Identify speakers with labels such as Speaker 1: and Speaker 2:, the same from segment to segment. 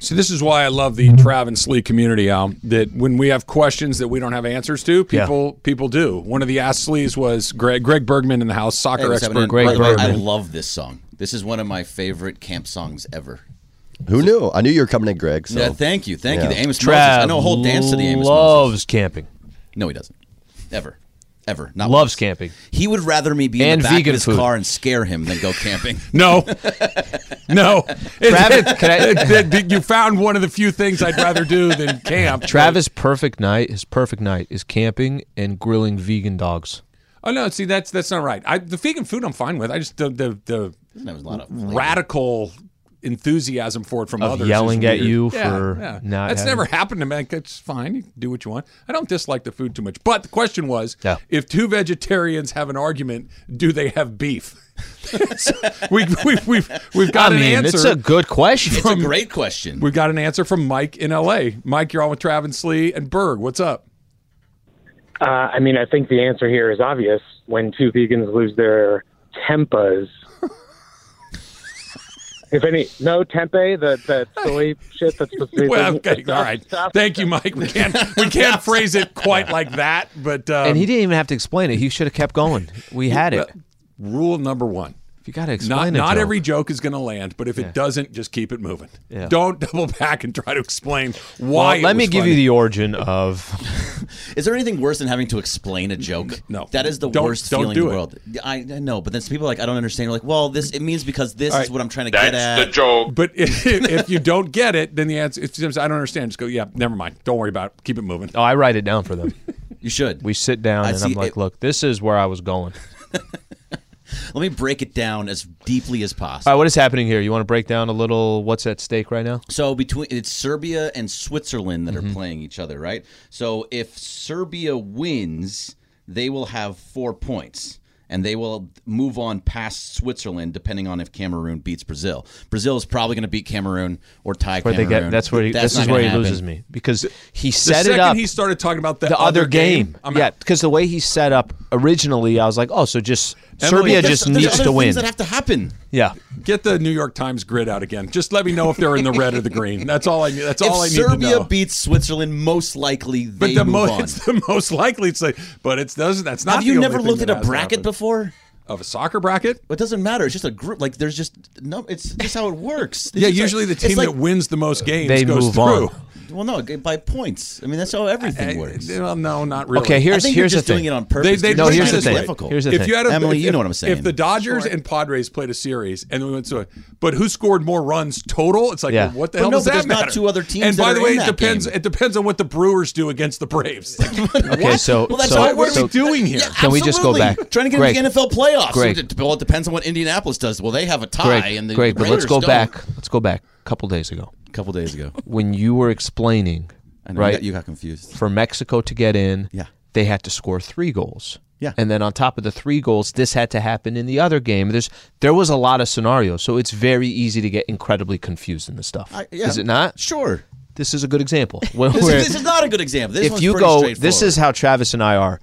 Speaker 1: See, this is why I love the Trav and Slee community. Um, that when we have questions that we don't have answers to,
Speaker 2: Yeah.
Speaker 1: people people do. One of the Ask Slees was Greg Greg Bergman in the house,
Speaker 3: Hey,
Speaker 1: soccer
Speaker 3: what's
Speaker 1: expert.
Speaker 3: happening?
Speaker 2: Greg
Speaker 3: By the way, I
Speaker 2: Bergman.
Speaker 3: love this song. This is one of my favorite camp songs ever.
Speaker 4: Who knew? I knew you were coming in, Greg. So
Speaker 3: yeah, thank you, thank
Speaker 4: Yeah.
Speaker 3: you. The Amos Moses.
Speaker 2: Trav
Speaker 3: I know a whole dance to the Amos
Speaker 2: loves
Speaker 3: Moses.
Speaker 2: camping.
Speaker 3: No, he doesn't. Ever, ever. Not
Speaker 2: Loves
Speaker 3: once.
Speaker 2: camping.
Speaker 3: He would rather me be in
Speaker 2: And
Speaker 3: the back
Speaker 2: vegan
Speaker 3: of his
Speaker 2: food.
Speaker 3: car and scare him than go camping.
Speaker 1: No, no. It-
Speaker 2: Travis,
Speaker 1: it-
Speaker 2: can I-
Speaker 1: it- it- you found one of the few things I'd rather do than camp.
Speaker 2: Travis' perfect night, his perfect night is camping and grilling vegan dogs.
Speaker 1: Oh no, see that's that's not right. I, the vegan food I'm fine with. I just the the, the
Speaker 3: That was a lot of
Speaker 1: radical enthusiasm for it from
Speaker 2: Of
Speaker 1: others. is
Speaker 2: yelling at
Speaker 1: weird.
Speaker 2: you
Speaker 1: Yeah,
Speaker 2: for
Speaker 1: yeah.
Speaker 2: not
Speaker 1: That's
Speaker 2: having-
Speaker 1: never happened to me. Like, It's fine. You can do what you want. I don't dislike the food too much. But the question was,
Speaker 2: Yeah.
Speaker 1: if two vegetarians have an argument, do they have beef? So we, we, we've we've got
Speaker 2: I
Speaker 1: an
Speaker 2: mean,
Speaker 1: answer.
Speaker 2: it's a good question.
Speaker 3: It's a great question.
Speaker 1: We've got an answer from Mike in L.A. Mike, you're on with Travis Slee and Berg. What's up?
Speaker 5: Uh, I mean, I think the answer here is obvious. When two vegans lose their tempas, if any, no tempeh, the that soy shit that's supposed to be.
Speaker 1: Well, okay, all right. Thank you, Mike. We can't we can't phrase it quite like that, but um,
Speaker 2: and he didn't even have to explain it. He should have kept going. We had it.
Speaker 1: um, rule number one.
Speaker 2: If you got to
Speaker 1: Not
Speaker 2: explain it,
Speaker 1: not
Speaker 2: Joe.
Speaker 1: every joke is going to land, but if it doesn't, just keep it moving.
Speaker 2: Yeah.
Speaker 1: Don't double back and try to explain
Speaker 2: Well,
Speaker 1: why. it
Speaker 2: let me
Speaker 1: was
Speaker 2: give you
Speaker 1: funny.
Speaker 2: the origin of
Speaker 3: Is there anything worse than having to explain a joke?
Speaker 1: No.
Speaker 3: that is the
Speaker 1: Don't-
Speaker 3: worst
Speaker 1: don't
Speaker 3: feeling
Speaker 1: do
Speaker 3: in
Speaker 1: it.
Speaker 3: the world. I, I know, but then some people are like I don't understand. You're like, well, this it means because this
Speaker 1: right.
Speaker 3: is what I'm trying to get
Speaker 6: That's
Speaker 3: at.
Speaker 6: the joke.
Speaker 1: But if, if you don't get it, then the answer. If you say, I don't understand, just go. Yeah, never mind. Don't worry about it. Keep it moving.
Speaker 2: Oh, I write it down for them.
Speaker 3: You should.
Speaker 2: We sit down
Speaker 3: I
Speaker 2: and
Speaker 3: see
Speaker 2: I'm like,
Speaker 3: it-
Speaker 2: look, this is where I was going.
Speaker 3: Let me break it down as deeply as possible.
Speaker 2: All right, what is happening here? You want to break down a little what's at stake right now?
Speaker 3: So between it's Serbia and Switzerland that
Speaker 1: Mm-hmm.
Speaker 3: are playing each other, right? So if Serbia wins, they will have four points. And they will move on past Switzerland, depending on if Cameroon beats Brazil. Brazil is probably going to beat Cameroon or tie
Speaker 2: Where they
Speaker 3: Cameroon.
Speaker 2: get that's where he,
Speaker 3: That's
Speaker 2: this
Speaker 3: not
Speaker 2: is where he
Speaker 3: gonna happen.
Speaker 2: loses me because he
Speaker 1: The
Speaker 2: set it
Speaker 1: second
Speaker 2: up
Speaker 1: he started talking about the,
Speaker 2: the other game.
Speaker 1: I'm
Speaker 2: yeah,
Speaker 1: out.
Speaker 2: because the way he set up originally, I was like, oh, so just Serbia
Speaker 1: there's-
Speaker 2: just
Speaker 3: There's
Speaker 2: needs
Speaker 3: other
Speaker 2: to win.
Speaker 3: Things that have to happen.
Speaker 2: yeah,
Speaker 1: Get the New York Times grid out again. Just let me know if they're in the red or the green. That's all I need. That's all I
Speaker 3: if
Speaker 1: need
Speaker 3: Serbia
Speaker 1: to know.
Speaker 3: beats Switzerland, most likely
Speaker 1: but
Speaker 3: they
Speaker 1: the
Speaker 3: move
Speaker 1: most
Speaker 3: on.
Speaker 1: it's the most likely it's like but it's doesn't that's not
Speaker 3: Have
Speaker 1: the
Speaker 3: you
Speaker 1: only
Speaker 3: never
Speaker 1: thing
Speaker 3: looked at
Speaker 1: that
Speaker 3: a
Speaker 1: has
Speaker 3: bracket
Speaker 1: happened.
Speaker 3: before?
Speaker 1: of a soccer bracket
Speaker 3: It doesn't matter. It's just a group. Like there's just no. It's just how it works. It's
Speaker 1: yeah
Speaker 3: just like-
Speaker 1: usually the
Speaker 3: it's
Speaker 1: team
Speaker 3: like-
Speaker 1: that wins the most games
Speaker 2: they
Speaker 1: goes
Speaker 2: move
Speaker 1: through
Speaker 2: on.
Speaker 3: Well, no, by points. I mean, that's how everything works.
Speaker 1: Eh, well, no not really
Speaker 2: Okay,
Speaker 3: I
Speaker 2: here's
Speaker 3: think
Speaker 2: here's
Speaker 3: you're just
Speaker 2: the
Speaker 3: doing
Speaker 2: thing.
Speaker 3: it on purpose.
Speaker 1: They- they-
Speaker 3: to
Speaker 2: no,
Speaker 3: make
Speaker 2: here's
Speaker 3: it
Speaker 2: the
Speaker 3: as
Speaker 2: thing.
Speaker 3: difficult.
Speaker 2: Here's the
Speaker 1: if
Speaker 2: thing.
Speaker 1: you had a,
Speaker 3: Emily,
Speaker 1: if,
Speaker 3: you know what I'm
Speaker 1: If
Speaker 3: saying.
Speaker 1: the Dodgers and Padres played a series and we went to, a, but who scored more runs total? It's like,
Speaker 2: Yeah.
Speaker 1: well, what the
Speaker 3: But
Speaker 1: hell
Speaker 3: no,
Speaker 1: does
Speaker 3: but
Speaker 1: that
Speaker 3: there's not
Speaker 1: matter?
Speaker 3: two other teams
Speaker 1: And
Speaker 3: that
Speaker 1: by
Speaker 3: are
Speaker 1: the way,
Speaker 3: in
Speaker 1: it
Speaker 3: that
Speaker 1: depends.
Speaker 3: game.
Speaker 1: It depends on what the Brewers do against the Braves.
Speaker 2: okay, so
Speaker 3: well, that's
Speaker 2: so,
Speaker 3: how it
Speaker 1: what are
Speaker 3: works.
Speaker 1: we doing here?
Speaker 3: Yeah,
Speaker 2: Can we just go
Speaker 3: absolutely.
Speaker 2: back?
Speaker 3: Trying to get
Speaker 2: Greg.
Speaker 3: into the NFL playoffs.
Speaker 2: Greg.
Speaker 3: It- Well, it depends on what Indianapolis does. Well, they have a tie, and
Speaker 2: Greg,
Speaker 3: the
Speaker 2: Greg, but let's
Speaker 3: Raiders
Speaker 2: go
Speaker 3: don't.
Speaker 2: back. Let's go back a couple days ago
Speaker 3: A couple days ago,
Speaker 2: when you were explaining
Speaker 3: I know, You,
Speaker 2: right
Speaker 3: got, you got confused.
Speaker 2: for Mexico to get in,
Speaker 3: Yeah.
Speaker 2: they had to score three goals.
Speaker 3: Yeah.
Speaker 2: And then on top of the three goals, this had to happen in the other game. There's there was a lot of scenarios, so it's very easy to get incredibly confused in this stuff.
Speaker 3: I- yeah.
Speaker 2: Is it not?
Speaker 3: Sure.
Speaker 2: This is a good example. Where-
Speaker 3: This,
Speaker 2: where-
Speaker 3: is, this is not a good example. This
Speaker 2: if
Speaker 3: one's
Speaker 2: you
Speaker 3: pretty
Speaker 2: go, this
Speaker 3: straightforward.
Speaker 2: is how Travis and I are.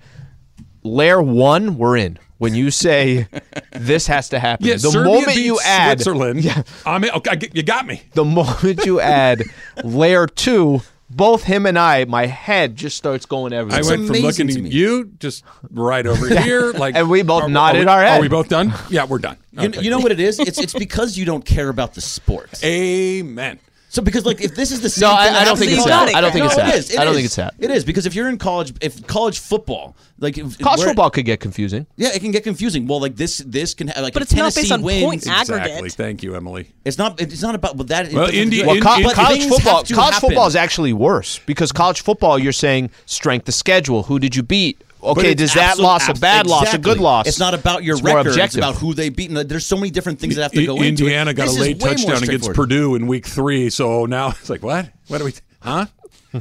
Speaker 2: Layer one, we're in. When you say this has to happen,
Speaker 1: Yeah,
Speaker 2: the
Speaker 1: Serbia
Speaker 2: moment you
Speaker 1: beats
Speaker 2: add
Speaker 1: Switzerland, I mean, okay, I get- you got me.
Speaker 2: the moment you add layer two, both him and I, my head just starts going everywhere.
Speaker 1: I went from
Speaker 3: amazing
Speaker 1: looking
Speaker 3: to
Speaker 1: at
Speaker 3: me.
Speaker 1: you just right over here, like,
Speaker 2: And we both
Speaker 1: are- are
Speaker 2: nodded
Speaker 1: we-
Speaker 2: our head.
Speaker 1: Are we both done? Yeah, we're done.
Speaker 3: You,
Speaker 1: Okay.
Speaker 3: you know what it is? It's it's because you don't care about the sport.
Speaker 1: Amen.
Speaker 3: So because like if this is the same
Speaker 2: No, I- I
Speaker 3: thing
Speaker 2: don't
Speaker 3: happens
Speaker 2: think
Speaker 3: in
Speaker 2: it's
Speaker 3: college-
Speaker 2: that. I don't think
Speaker 3: No,
Speaker 2: it's that.
Speaker 3: It is. It
Speaker 2: I don't
Speaker 3: is.
Speaker 2: think it's that.
Speaker 3: It is because if you're in college, if college football, like if,
Speaker 2: College
Speaker 3: where-
Speaker 2: football could get confusing.
Speaker 3: yeah, it can get confusing. Well, like this, this can have like
Speaker 7: But
Speaker 3: if
Speaker 7: it's not
Speaker 3: Tennessee
Speaker 7: based on
Speaker 3: wins,
Speaker 7: point aggregate.
Speaker 1: Exactly. Thank you, Emily.
Speaker 3: It's not. It's not about but that.
Speaker 1: Well,
Speaker 3: but
Speaker 1: India-
Speaker 3: but
Speaker 1: In-
Speaker 2: Co-
Speaker 1: in-
Speaker 3: but
Speaker 2: college
Speaker 3: things
Speaker 2: football,
Speaker 3: have to
Speaker 2: college
Speaker 3: happen.
Speaker 2: football is actually worse because college football, you're saying strength of schedule. Who did you beat? Okay,
Speaker 3: it's
Speaker 2: does that
Speaker 3: absolute-
Speaker 2: loss a
Speaker 3: abs-
Speaker 2: bad loss, a
Speaker 3: exactly.
Speaker 2: good loss?
Speaker 3: It's not about your
Speaker 2: It's more
Speaker 3: record. It's
Speaker 2: objective.
Speaker 3: about who they beat. And There's so many different things that have to
Speaker 1: I-
Speaker 3: go into it.
Speaker 1: Indiana got
Speaker 3: This
Speaker 1: a
Speaker 3: is
Speaker 1: late
Speaker 3: way more
Speaker 1: touchdown against
Speaker 3: straightforward.
Speaker 1: Purdue in week three, so now it's like, what? What do we? Huh?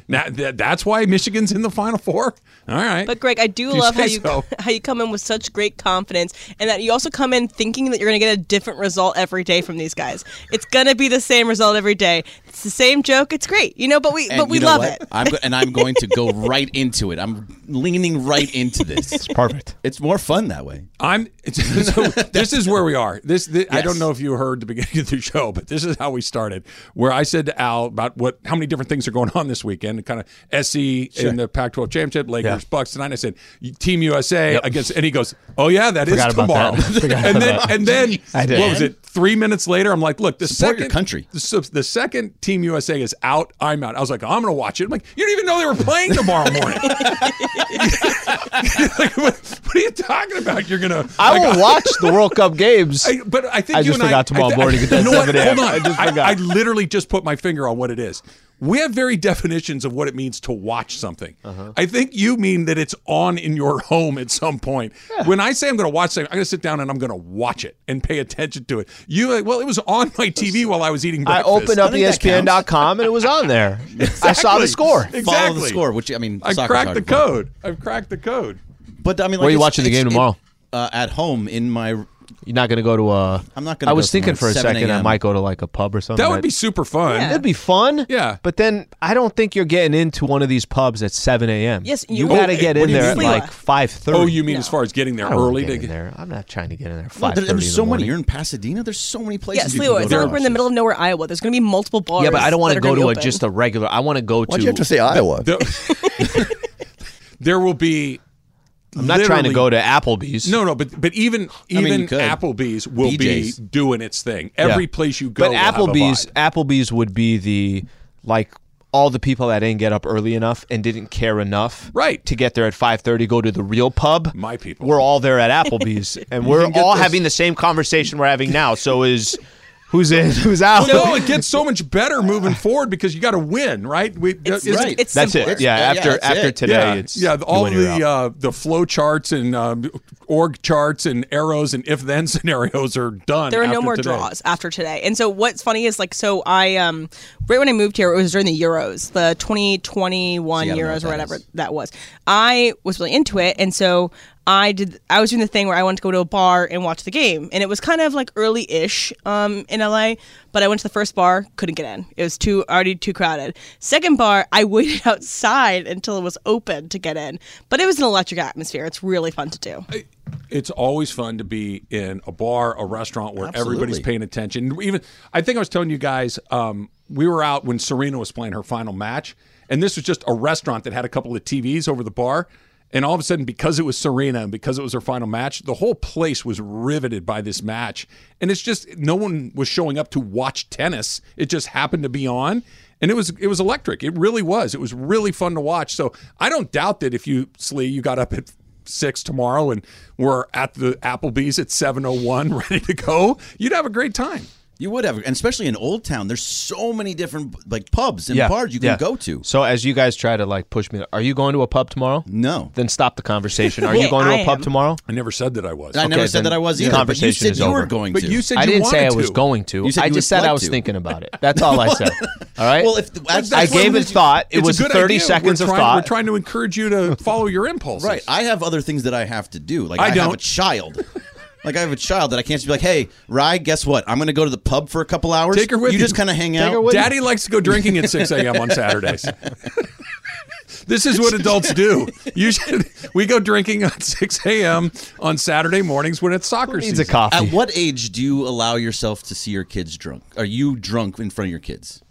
Speaker 1: now, that, that's why Michigan's in the Final Four. All right.
Speaker 7: But Greg, I do
Speaker 1: If you
Speaker 7: love how
Speaker 1: say
Speaker 7: you
Speaker 1: so.
Speaker 7: how you come in with such great confidence, and that you also come in thinking that you're going to get a different result every day from these guys. It's going to be the same result every day. It's It's the same joke. It's great, you know. But we
Speaker 3: And
Speaker 7: but we
Speaker 3: you know
Speaker 7: love
Speaker 3: what?
Speaker 7: it.
Speaker 3: I'm go- and I'm going to go right into it. I'm leaning right into this.
Speaker 2: Perfect.
Speaker 3: It's more fun that way.
Speaker 1: I'm. it's- so this is where we are. This, thi- I don't
Speaker 3: Yes.
Speaker 1: know if you heard the beginning of the show, but this is how we started. Where I said to Al about what, how many different things are going on this weekend. Kind of SC in the Pac-12 championship, Lakers, Bucks tonight. I said Team USA against, and he goes, "Oh yeah, that is
Speaker 2: Forgot about
Speaker 1: tomorrow."
Speaker 2: that. Forgot
Speaker 1: and then,
Speaker 2: about that.
Speaker 1: and then,
Speaker 2: I did.
Speaker 1: what was it? Three minutes later, I'm like, "Look, the
Speaker 3: Support your
Speaker 1: second
Speaker 3: country.
Speaker 1: The, so the second Team USA is out. I'm out. I was like, "I'm going to watch it." I'm like, "You don't even know they were playing tomorrow morning." like, what, what are you talking about? You're gonna.
Speaker 2: I
Speaker 1: like,
Speaker 2: will watch the World Cup games.
Speaker 1: I, but I think
Speaker 2: I
Speaker 1: you
Speaker 2: just
Speaker 1: and
Speaker 2: forgot
Speaker 1: I,
Speaker 2: tomorrow
Speaker 1: I,
Speaker 2: morning at
Speaker 1: I, you know what?
Speaker 2: 7 a.m.
Speaker 1: Hold on.
Speaker 2: I just
Speaker 1: I,
Speaker 2: forgot.
Speaker 1: I literally just put my finger on what it is. We have very definitions of what it means to watch something.
Speaker 2: Uh-huh.
Speaker 1: I think you mean that it's on in your home at some point. When I say I'm going to watch something, I'm going to sit down and I'm going to watch it and pay attention to it. You like, well, it was on my TV while I E was eating
Speaker 2: I
Speaker 1: breakfast.
Speaker 2: opened up
Speaker 3: I think that
Speaker 2: ESPN.com and it was on there. I saw the score.
Speaker 1: Exactly.
Speaker 3: Follow the score, which I mean,
Speaker 1: I
Speaker 3: soccer's
Speaker 1: cracked the
Speaker 3: hard to follow.
Speaker 1: code. I've cracked the code.
Speaker 3: But I mean, like,
Speaker 2: Where are you
Speaker 3: it's-
Speaker 2: watching the
Speaker 3: it's-
Speaker 2: game
Speaker 3: it-
Speaker 2: tomorrow?
Speaker 3: uh, at home in my
Speaker 2: You're not going to go to a.
Speaker 3: I'm not gonna
Speaker 2: I
Speaker 3: go
Speaker 2: was
Speaker 3: somewhere
Speaker 2: thinking
Speaker 3: at
Speaker 2: for a
Speaker 3: 7
Speaker 2: second I
Speaker 3: a.m..
Speaker 2: might go to like a pub or something.
Speaker 1: That would be super fun.
Speaker 7: Yeah.
Speaker 2: It'd be fun.
Speaker 1: Yeah.
Speaker 2: But then I don't think you're getting into one of these pubs at 7 a.m.
Speaker 7: Yes,
Speaker 2: you,
Speaker 7: you-
Speaker 2: got to
Speaker 1: Oh,
Speaker 2: get
Speaker 1: what
Speaker 2: in
Speaker 1: do you
Speaker 2: there at
Speaker 7: mean?
Speaker 2: like 5:30.
Speaker 1: Oh, you mean as far as getting there
Speaker 2: I don't wanna
Speaker 1: early
Speaker 2: get
Speaker 1: to
Speaker 2: in
Speaker 1: get
Speaker 2: there. I'm not trying to get in there.
Speaker 3: Well,
Speaker 2: 5:30.
Speaker 3: there-
Speaker 2: in
Speaker 3: there's
Speaker 2: the
Speaker 3: so
Speaker 2: morning.
Speaker 3: many. You're in Pasadena. There's so many places.
Speaker 7: Yeah,
Speaker 3: you
Speaker 7: Sliwa.
Speaker 3: can
Speaker 7: It's
Speaker 3: go
Speaker 7: not
Speaker 3: to.
Speaker 7: like we're in the middle of nowhere, Iowa. There's going to be multiple bars.
Speaker 2: Yeah, but I don't want
Speaker 7: that
Speaker 2: to
Speaker 7: are
Speaker 2: go
Speaker 7: gonna
Speaker 2: to
Speaker 7: be
Speaker 2: a,
Speaker 7: open.
Speaker 2: just a regular. I want to go
Speaker 4: Why'd
Speaker 2: to.
Speaker 4: you have to say Iowa?
Speaker 1: The- there will be.
Speaker 2: I'm not trying to
Speaker 1: literally-
Speaker 2: go to Applebee's.
Speaker 1: No, no, but but even
Speaker 3: mean,
Speaker 1: even
Speaker 3: you could.
Speaker 1: Applebee's will
Speaker 3: BJ's.
Speaker 1: be doing its thing. Every
Speaker 2: Yeah.
Speaker 1: place you go,
Speaker 2: But
Speaker 1: will have a
Speaker 2: Applebee's,
Speaker 1: vibe.
Speaker 2: Applebee's would be the like all the people that didn't get up early enough and didn't care enough,
Speaker 1: Right.
Speaker 2: to get there at five thirty, go to the real pub.
Speaker 1: My people.
Speaker 2: we're all there at Applebee's, and we're all having the same conversation we're having now. So is who's in, who's out?
Speaker 1: no, it gets so much better moving forward because you got to win, right? We,
Speaker 7: It's,
Speaker 1: isn't-
Speaker 3: right.
Speaker 7: it's
Speaker 2: that's
Speaker 7: simpler.
Speaker 2: it. Yeah,
Speaker 3: Yeah,
Speaker 2: after
Speaker 3: that's
Speaker 2: after
Speaker 3: it.
Speaker 2: today,
Speaker 1: yeah,
Speaker 2: it's
Speaker 1: yeah.
Speaker 2: you
Speaker 1: All
Speaker 2: win or you're out.
Speaker 1: the uh, the flow charts and um, org charts and arrows and if then scenarios are done.
Speaker 7: There are no
Speaker 1: after
Speaker 7: more
Speaker 1: today.
Speaker 7: draws after today. And so what's funny is like so I um right when I moved here it was during the Euros, the 2021
Speaker 3: See, I don't know what
Speaker 7: Euros
Speaker 3: that
Speaker 7: or whatever
Speaker 3: is.
Speaker 7: that was. I was really into it and so I did I was doing the thing where I wanted to go to a bar and watch the game and it was kind of like early-ish um in LA, but I went to the first bar, couldn't get in. It was too already too crowded. Second bar, I waited outside until it was open to get in. But it was an electric atmosphere. It's really fun to do.
Speaker 1: it's always fun to be in a bar, a restaurant where everybody's
Speaker 3: Absolutely.
Speaker 1: paying attention. Even I think I was telling you guys um, we were out when Serena was playing her final match, and this was just a restaurant that had a couple of TVs over the bar. And all of a sudden, because it was Serena and because it was her final match, the whole place was riveted by this match. And it's just no one was showing up to watch tennis; it just happened to be on, and it was it was electric. It really was. It was really fun to watch. So I don't doubt that if you Slee, you got up at six tomorrow and we're at the Applebee's at seven oh one ready to go, you'd have a great time.
Speaker 3: You would have, and especially in Old Town, there's so many different like
Speaker 1: uh,
Speaker 3: pubs and bars you can
Speaker 2: yeah.
Speaker 3: go to.
Speaker 2: So as you guys try to like push me, are you going to a pub tomorrow?
Speaker 3: No.
Speaker 2: Then stop the conversation. Are
Speaker 7: Yeah,
Speaker 2: you going to a
Speaker 7: I
Speaker 2: pub
Speaker 7: am.
Speaker 2: tomorrow?
Speaker 1: I never said that I was.
Speaker 3: I never said
Speaker 2: then
Speaker 3: that I was
Speaker 2: the
Speaker 3: either.
Speaker 2: conversation
Speaker 3: but you
Speaker 2: is
Speaker 3: said you
Speaker 2: over.
Speaker 3: were going
Speaker 1: but
Speaker 3: to.
Speaker 1: you said
Speaker 2: I
Speaker 1: you
Speaker 2: didn't say I
Speaker 1: wanted
Speaker 2: was
Speaker 1: to.
Speaker 2: going to.
Speaker 3: You said
Speaker 2: I
Speaker 3: you
Speaker 2: just
Speaker 3: would
Speaker 2: said I
Speaker 3: like
Speaker 2: was
Speaker 3: to.
Speaker 2: thinking about it. That's all I said. All right.
Speaker 3: Well, if that's,
Speaker 2: I
Speaker 3: that's
Speaker 2: gave
Speaker 3: what
Speaker 2: it thought. It
Speaker 1: It's a
Speaker 2: was
Speaker 1: good
Speaker 2: 30
Speaker 1: idea.
Speaker 2: seconds
Speaker 1: we're
Speaker 2: of
Speaker 1: trying,
Speaker 2: thought.
Speaker 1: We're trying to encourage you to follow your impulses.
Speaker 3: Right. I have other things that I have to do. Like
Speaker 1: I
Speaker 3: I, have a
Speaker 1: don't.
Speaker 3: child. like I have a child that I can't just be like, hey, Rye, guess what? I'm going to go to the pub for a couple hours.
Speaker 1: Take her with
Speaker 3: you.
Speaker 1: you.
Speaker 3: just kind of hang out.
Speaker 2: her with you.
Speaker 1: Daddy likes to go drinking at six a.m. on Saturdays. This is what adults do. You should, we go drinking at 6 a.m. on Saturday mornings when it's soccer
Speaker 2: needs
Speaker 1: season.
Speaker 2: a coffee.
Speaker 3: At what age do you allow yourself to see your kids drunk? Are you drunk in front of your kids?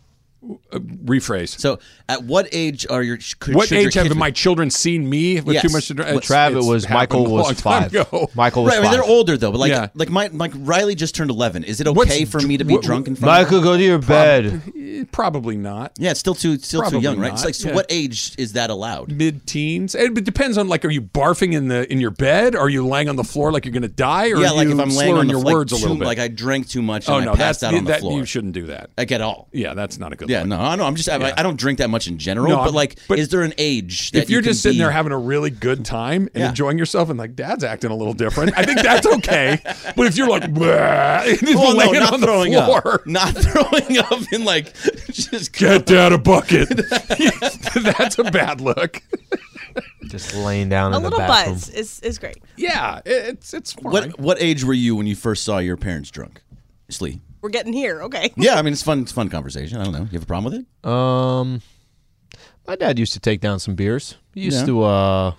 Speaker 1: Rephrase.
Speaker 3: So, at what age are your sh- could-
Speaker 1: what
Speaker 3: should your
Speaker 1: age have
Speaker 3: kids-
Speaker 1: my children seen me with
Speaker 3: Yes.
Speaker 1: too much to drink?
Speaker 3: Well,
Speaker 1: It's-
Speaker 2: Trav, it
Speaker 1: it's
Speaker 2: was
Speaker 1: happened a
Speaker 2: Michael
Speaker 1: long
Speaker 2: was
Speaker 1: time
Speaker 2: five.
Speaker 1: ago.
Speaker 2: Michael was
Speaker 3: Right, I mean,
Speaker 2: five.
Speaker 3: they're older though, but like
Speaker 1: Yeah.
Speaker 3: like my like Riley just turned eleven. Is it okay
Speaker 1: What's
Speaker 3: for
Speaker 1: dr-
Speaker 3: me to be
Speaker 1: what-
Speaker 3: drunk in front? of
Speaker 2: Michael, go to your bed.
Speaker 1: Eh, Probably not.
Speaker 3: Yeah, it's still too still
Speaker 1: Probably
Speaker 3: too young, right?
Speaker 1: not,
Speaker 3: It's like, so
Speaker 1: yeah.
Speaker 3: what age is that allowed?
Speaker 1: mid teens. It depends on like, are you barfing in the in your bed? Are you laying on the floor like you're going to die? Or
Speaker 3: yeah,
Speaker 1: are
Speaker 3: like
Speaker 1: you
Speaker 3: if I'm
Speaker 1: slurring
Speaker 3: laying on the
Speaker 1: your
Speaker 3: like,
Speaker 1: words a
Speaker 3: too-
Speaker 1: little bit.
Speaker 3: like I drank too much and
Speaker 1: oh
Speaker 3: I
Speaker 1: no,
Speaker 3: passed
Speaker 1: that's
Speaker 3: out on the
Speaker 1: that
Speaker 3: floor.
Speaker 1: you shouldn't do that.
Speaker 3: like at all.
Speaker 1: Yeah, that's not a good.
Speaker 3: Yeah,
Speaker 1: look.
Speaker 3: no, I know. I'm just I, I don't drink that much in general,
Speaker 1: No,
Speaker 3: but
Speaker 1: I'm-
Speaker 3: like,
Speaker 1: but
Speaker 3: is there an age that
Speaker 1: If you're
Speaker 3: you can
Speaker 1: just sitting
Speaker 3: be-
Speaker 1: there having a really good time and
Speaker 3: Yeah.
Speaker 1: enjoying yourself, and like Dad's acting a little different, I think that's okay. but if you're like, "Bleh," and just
Speaker 3: Well, no,
Speaker 1: laying
Speaker 3: not
Speaker 1: on the
Speaker 3: throwing
Speaker 1: floor,
Speaker 3: up, not throwing up, and like just
Speaker 1: get Dad a bucket. that's a bad look.
Speaker 2: Just laying down
Speaker 7: A
Speaker 2: in the
Speaker 7: little
Speaker 2: bathroom.
Speaker 7: buzz is is great.
Speaker 1: Yeah, it- it's it's fine.
Speaker 3: What what age were you when you first saw your parents drunk? Slee.
Speaker 7: we're getting here. Okay.
Speaker 3: Yeah, I mean it's fun. It's a fun conversation. I don't know. You have a problem with it?
Speaker 2: Um, my dad used to take down some beers. He used
Speaker 3: Yeah.
Speaker 2: to uh,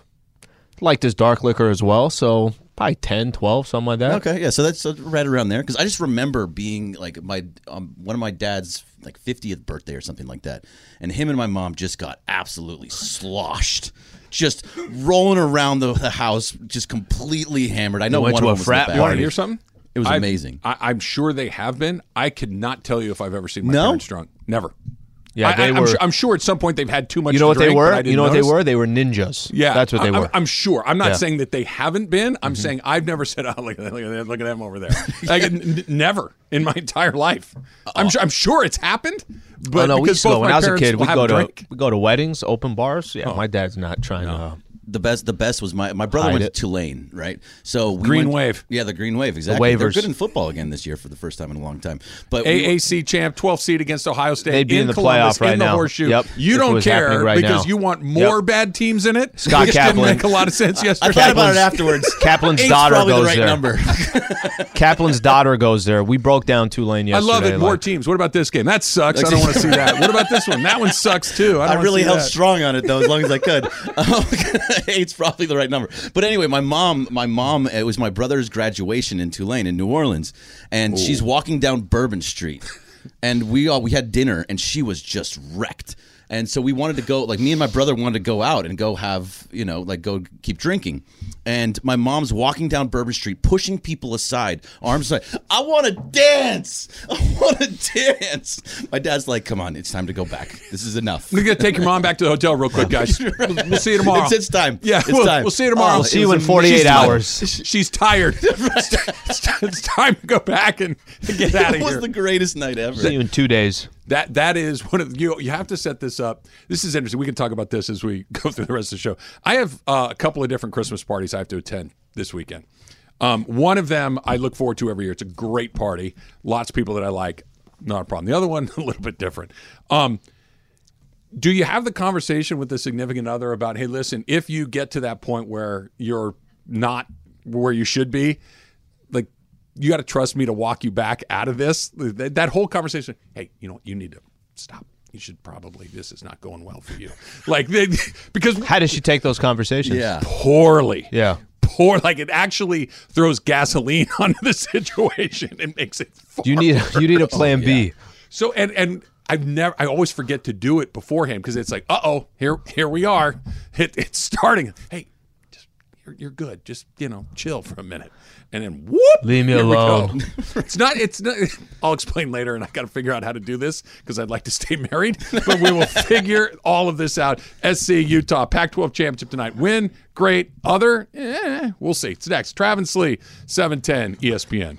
Speaker 2: liked his dark liquor as well. So probably 10, 12, something like that.
Speaker 3: Okay, yeah. So that's uh, right around there because I just remember being like my um, one of my dad's like 50th birthday or something like that, and him and my mom just got absolutely sloshed. Just rolling around the, the house, just completely hammered. I know
Speaker 2: went
Speaker 3: one
Speaker 2: to
Speaker 3: of
Speaker 2: a
Speaker 3: them
Speaker 2: frat
Speaker 3: was in
Speaker 2: party.
Speaker 3: the back.
Speaker 1: You want to hear something?
Speaker 3: It was
Speaker 1: I've-
Speaker 3: amazing.
Speaker 1: I, I'm sure they have been. I could not tell you if I've ever seen my
Speaker 3: No?
Speaker 1: parents drunk. Never.
Speaker 2: Yeah,
Speaker 1: I,
Speaker 2: they
Speaker 1: I,
Speaker 2: were-
Speaker 1: I'm, su- I'm sure at some point they've had too much.
Speaker 2: You know
Speaker 1: to
Speaker 2: what they
Speaker 1: drink, but I
Speaker 2: were?
Speaker 1: didn't
Speaker 2: You know what
Speaker 1: notice.
Speaker 2: they were? They were ninjas.
Speaker 1: Yeah,
Speaker 2: that's what they
Speaker 1: I, I'm-
Speaker 2: were.
Speaker 1: I'm sure. I'm not
Speaker 2: Yeah. Mm-hmm.
Speaker 1: saying that they haven't been. I'm saying I've never said, "Oh, look at look at look at them over there." Like, n- n- never in my entire life.
Speaker 3: Uh,
Speaker 1: I'm sure. I'm sure it's happened. But
Speaker 2: oh, no, we
Speaker 1: because
Speaker 2: used to
Speaker 1: both
Speaker 2: go, when
Speaker 1: my
Speaker 2: I was a
Speaker 1: parents
Speaker 2: kid,
Speaker 1: will
Speaker 2: we
Speaker 1: have
Speaker 2: go
Speaker 1: a
Speaker 2: to
Speaker 1: drink. Oh.
Speaker 2: we go to weddings, open bars. Yeah, my dad's not trying to.
Speaker 3: the best the best was my my brother
Speaker 2: Hide
Speaker 3: went
Speaker 2: it.
Speaker 3: to Tulane, right? So we
Speaker 1: Green
Speaker 3: went-
Speaker 1: Wave.
Speaker 3: Yeah, the Green Wave, exactly. They're
Speaker 2: waivers.
Speaker 3: good in football again this year for the first time in a long time. But we-
Speaker 1: AAC champ, 12 seed against Ohio State.
Speaker 2: They'd be in the
Speaker 1: Columbus,
Speaker 2: playoff right
Speaker 1: in the
Speaker 2: now.
Speaker 1: Horseshoe.
Speaker 2: Yep.
Speaker 1: You
Speaker 2: If it
Speaker 1: don't
Speaker 2: was
Speaker 1: care
Speaker 2: happening right
Speaker 1: because
Speaker 2: now.
Speaker 1: you want more
Speaker 2: Yep.
Speaker 1: bad teams in it.
Speaker 2: Scott
Speaker 1: Which
Speaker 2: Kaplan.
Speaker 1: didn't make a lot of sense yesterday.
Speaker 3: I thought about it
Speaker 2: Kaplan's-
Speaker 3: afterwards.
Speaker 2: Kaplan's
Speaker 3: Eight's
Speaker 2: daughter
Speaker 3: probably
Speaker 2: goes
Speaker 3: the right
Speaker 2: there.
Speaker 3: number.
Speaker 2: Kaplan's daughter goes there. We broke down Tulane
Speaker 1: I
Speaker 2: yesterday.
Speaker 1: love it. More
Speaker 2: like-
Speaker 1: teams. What about this game? That sucks. I don't want to see that. What about this one? That one sucks too. I, don't
Speaker 3: I
Speaker 1: wanna
Speaker 3: really
Speaker 1: see
Speaker 3: held
Speaker 1: that.
Speaker 3: strong on it though, as long as I could. Um, Eight's probably the right number. But anyway, my mom, my mom, it was my brother's graduation in Tulane, in New Orleans, and she's walking down Bourbon Street, and we all we had dinner, and she was just wrecked. And so we wanted to go, like me and my brother wanted to go out and go have, you know, like go keep drinking. And my mom's walking down Bourbon Street, pushing people aside, arms like, I want to dance. I want to dance. My dad's like, come on, it's time to go back. This is enough.
Speaker 1: We're gonna take your mom back to the hotel real quick, guys. We'll, we'll see you tomorrow.
Speaker 3: It's- it's time.
Speaker 1: Yeah,
Speaker 3: It's
Speaker 1: we'll,
Speaker 3: time.
Speaker 1: we'll see you tomorrow.
Speaker 3: Oh, We'll
Speaker 2: see you in 48 hours.
Speaker 1: She's tired. It's, it's- it's time to go back and get out of
Speaker 3: It was
Speaker 1: here.
Speaker 3: the greatest night ever.
Speaker 2: See you in two days.
Speaker 1: That that is one of you. You have to set this up. This is interesting. We can talk about this as we go through the rest of the show. I have uh, a couple of different Christmas parties I have to attend this weekend. Um, one of them I look forward to every year. It's a great party. Lots of people that I like. Not a problem. The other one a little bit different. Um, do you have the conversation with the significant other about hey, listen, if you get to that point where you're not where you should be, like you got to trust me to walk you back out of this that, that whole conversation hey you know what? you need to stop you should probably this is not going well for you like they, because
Speaker 2: How does she take those conversations?
Speaker 3: Yeah.
Speaker 1: poorly
Speaker 2: Yeah.
Speaker 1: poor like it actually throws gasoline onto the situation and makes it far
Speaker 2: You need you need a
Speaker 3: Oh,
Speaker 2: plan B.
Speaker 1: so and and I've never I always forget to do it beforehand because it's like uh oh here here we are it, it's starting hey just you're, you're good just you know chill for a minute and then whoop
Speaker 2: Leave me
Speaker 1: here we go.
Speaker 2: alone.
Speaker 1: it's not it's not I'll explain later and I got to figure out how to do this because I'd like to stay married but we will figure all of this out SC Utah Pac-12 championship tonight win great other eh, we'll see it's next Travis Lee E 710 ESPN.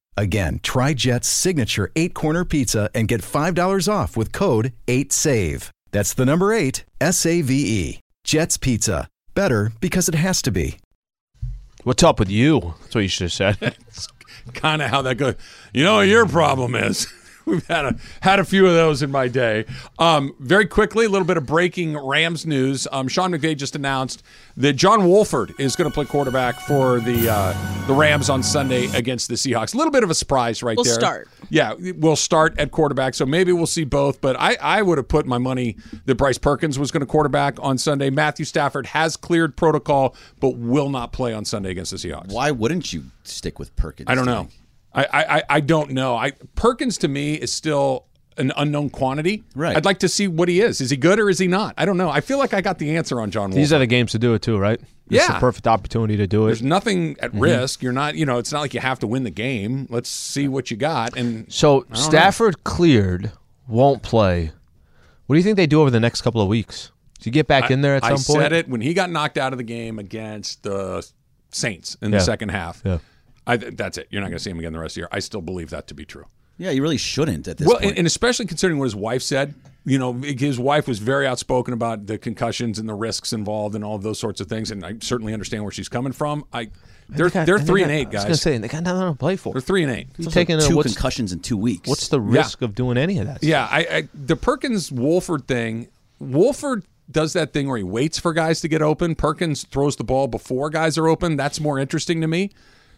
Speaker 6: Again, try Jet's signature eight corner pizza and get $5 off with code 8SAVE. That's the number eight, S A V E. Jet's Pizza. Better because it has to be.
Speaker 2: What's up with you? That's what you should have said.
Speaker 1: kind of how that goes. You know what your problem is? We've had a had a few of those in my day. Um, very quickly, a little bit of breaking Rams news. Um, Sean McVay just announced that John Wolford is going to play quarterback for the uh, the Rams on Sunday against the Seahawks. A little bit of a surprise, right
Speaker 7: We'll
Speaker 1: there.
Speaker 7: start.
Speaker 1: Yeah, we'll start at quarterback. So maybe we'll see both. But I, I would have put my money that Bryce Perkins was going to quarterback on Sunday. Matthew Stafford has cleared protocol, but will not play on Sunday against the Seahawks.
Speaker 3: Why wouldn't you stick with Perkins?
Speaker 1: I don't know. I, I, I- I don't know. I Perkins to me is still an unknown quantity.
Speaker 3: Right.
Speaker 1: I'd like to see what he is. Is he good or is he not? I don't know. I feel like I got the answer on John
Speaker 2: These
Speaker 1: Wolford.
Speaker 2: are the games to do it too, right? It's
Speaker 1: Yeah.
Speaker 2: the perfect opportunity to do
Speaker 1: There's
Speaker 2: it.
Speaker 1: nothing
Speaker 2: Mm-hmm.
Speaker 1: at risk. You're not, you know, it's not like you have to win the game. Let's see what you got. And
Speaker 2: So Stafford cleared, won't play. What do you think they do over the next couple of weeks? Do you get back in there at
Speaker 1: I
Speaker 2: some point?
Speaker 1: said it when he got knocked out of the game against the Saints in the
Speaker 2: Yeah.
Speaker 1: second half.
Speaker 2: Yeah.
Speaker 1: I, that's it. You're not going to see him again the rest of the year. I still believe that to be true.
Speaker 3: Yeah, you really shouldn't at this
Speaker 1: well,
Speaker 3: point.
Speaker 1: and, and especially considering what his wife said. You know, his wife was very outspoken about the concussions and the risks involved and all of those sorts of things. And I certainly understand where she's coming from. I they're
Speaker 2: They got-
Speaker 1: they're
Speaker 2: they
Speaker 1: three
Speaker 2: got-
Speaker 1: and eight
Speaker 2: I was
Speaker 1: guys.
Speaker 2: gonna say they got nothing to play for.
Speaker 1: they're three and eight.
Speaker 2: He's
Speaker 3: It's like
Speaker 2: taking a,
Speaker 3: two
Speaker 2: what's,
Speaker 3: concussions in two weeks.
Speaker 2: what's the risk of doing any of that?
Speaker 1: Yeah, I, I the Perkins Wolford thing. Wolford does that thing where he waits for guys to get open. Perkins throws the ball before guys are open. That's more interesting to me.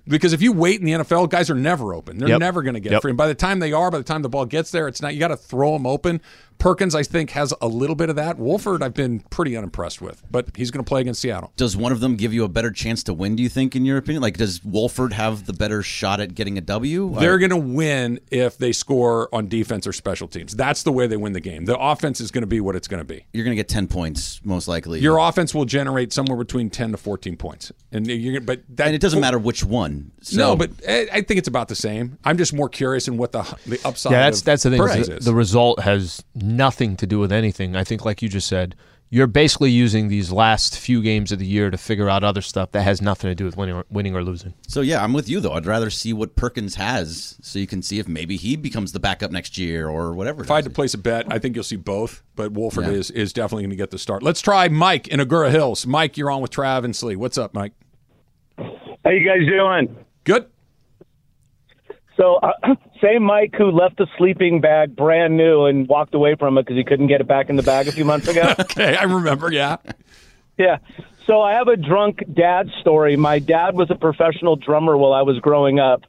Speaker 1: Because if you wait in the NFL, guys are never open. They're
Speaker 2: Yep.
Speaker 1: never going to get
Speaker 2: Yep.
Speaker 1: free. And by the time they are, by the time the ball gets there, it's not. You got to throw them open. Perkins, I think, has a little bit of that. Wolford, I've been pretty unimpressed with, but he's going to play against Seattle.
Speaker 3: does one of them give you a better chance to win? Do you think, in your opinion, like does Wolford have the better shot at getting a W?
Speaker 1: They're going to win if they score on defense or special teams. That's the way they win the game. The offense is going to be what it's going to be.
Speaker 3: You're going to get ten points most likely.
Speaker 1: your offense will generate somewhere between 10 to 14 points and you're but that
Speaker 3: and it doesn't matter which one. So,
Speaker 1: no but I, I think it's about the same i'm just more curious in what the the upside
Speaker 2: Yeah, that's
Speaker 1: of
Speaker 2: that's the thing.
Speaker 1: Perkins
Speaker 2: is The,
Speaker 1: is.
Speaker 2: the result has nothing to do with anything. I think, like you just said, you're basically using these last few games of the year to figure out other stuff that has nothing to do with winning or, winning or losing.
Speaker 3: so yeah, I'm with you though. I'd rather see what Perkins has, so you can see if maybe he becomes the backup next year or whatever.
Speaker 1: if i had to place a bet i think you'll see both but wolford
Speaker 3: Yeah.
Speaker 1: is is definitely going to get the start let's try mike in agura hills mike you're on with trav and slee what's up mike
Speaker 8: How you guys doing?
Speaker 1: good
Speaker 8: So, uh, same Mike who left the sleeping bag brand new and walked away from it because he couldn't get it back in the bag a few months ago.
Speaker 1: okay i remember yeah
Speaker 8: yeah. So I have a drunk dad story. My dad was a professional drummer while I was growing up,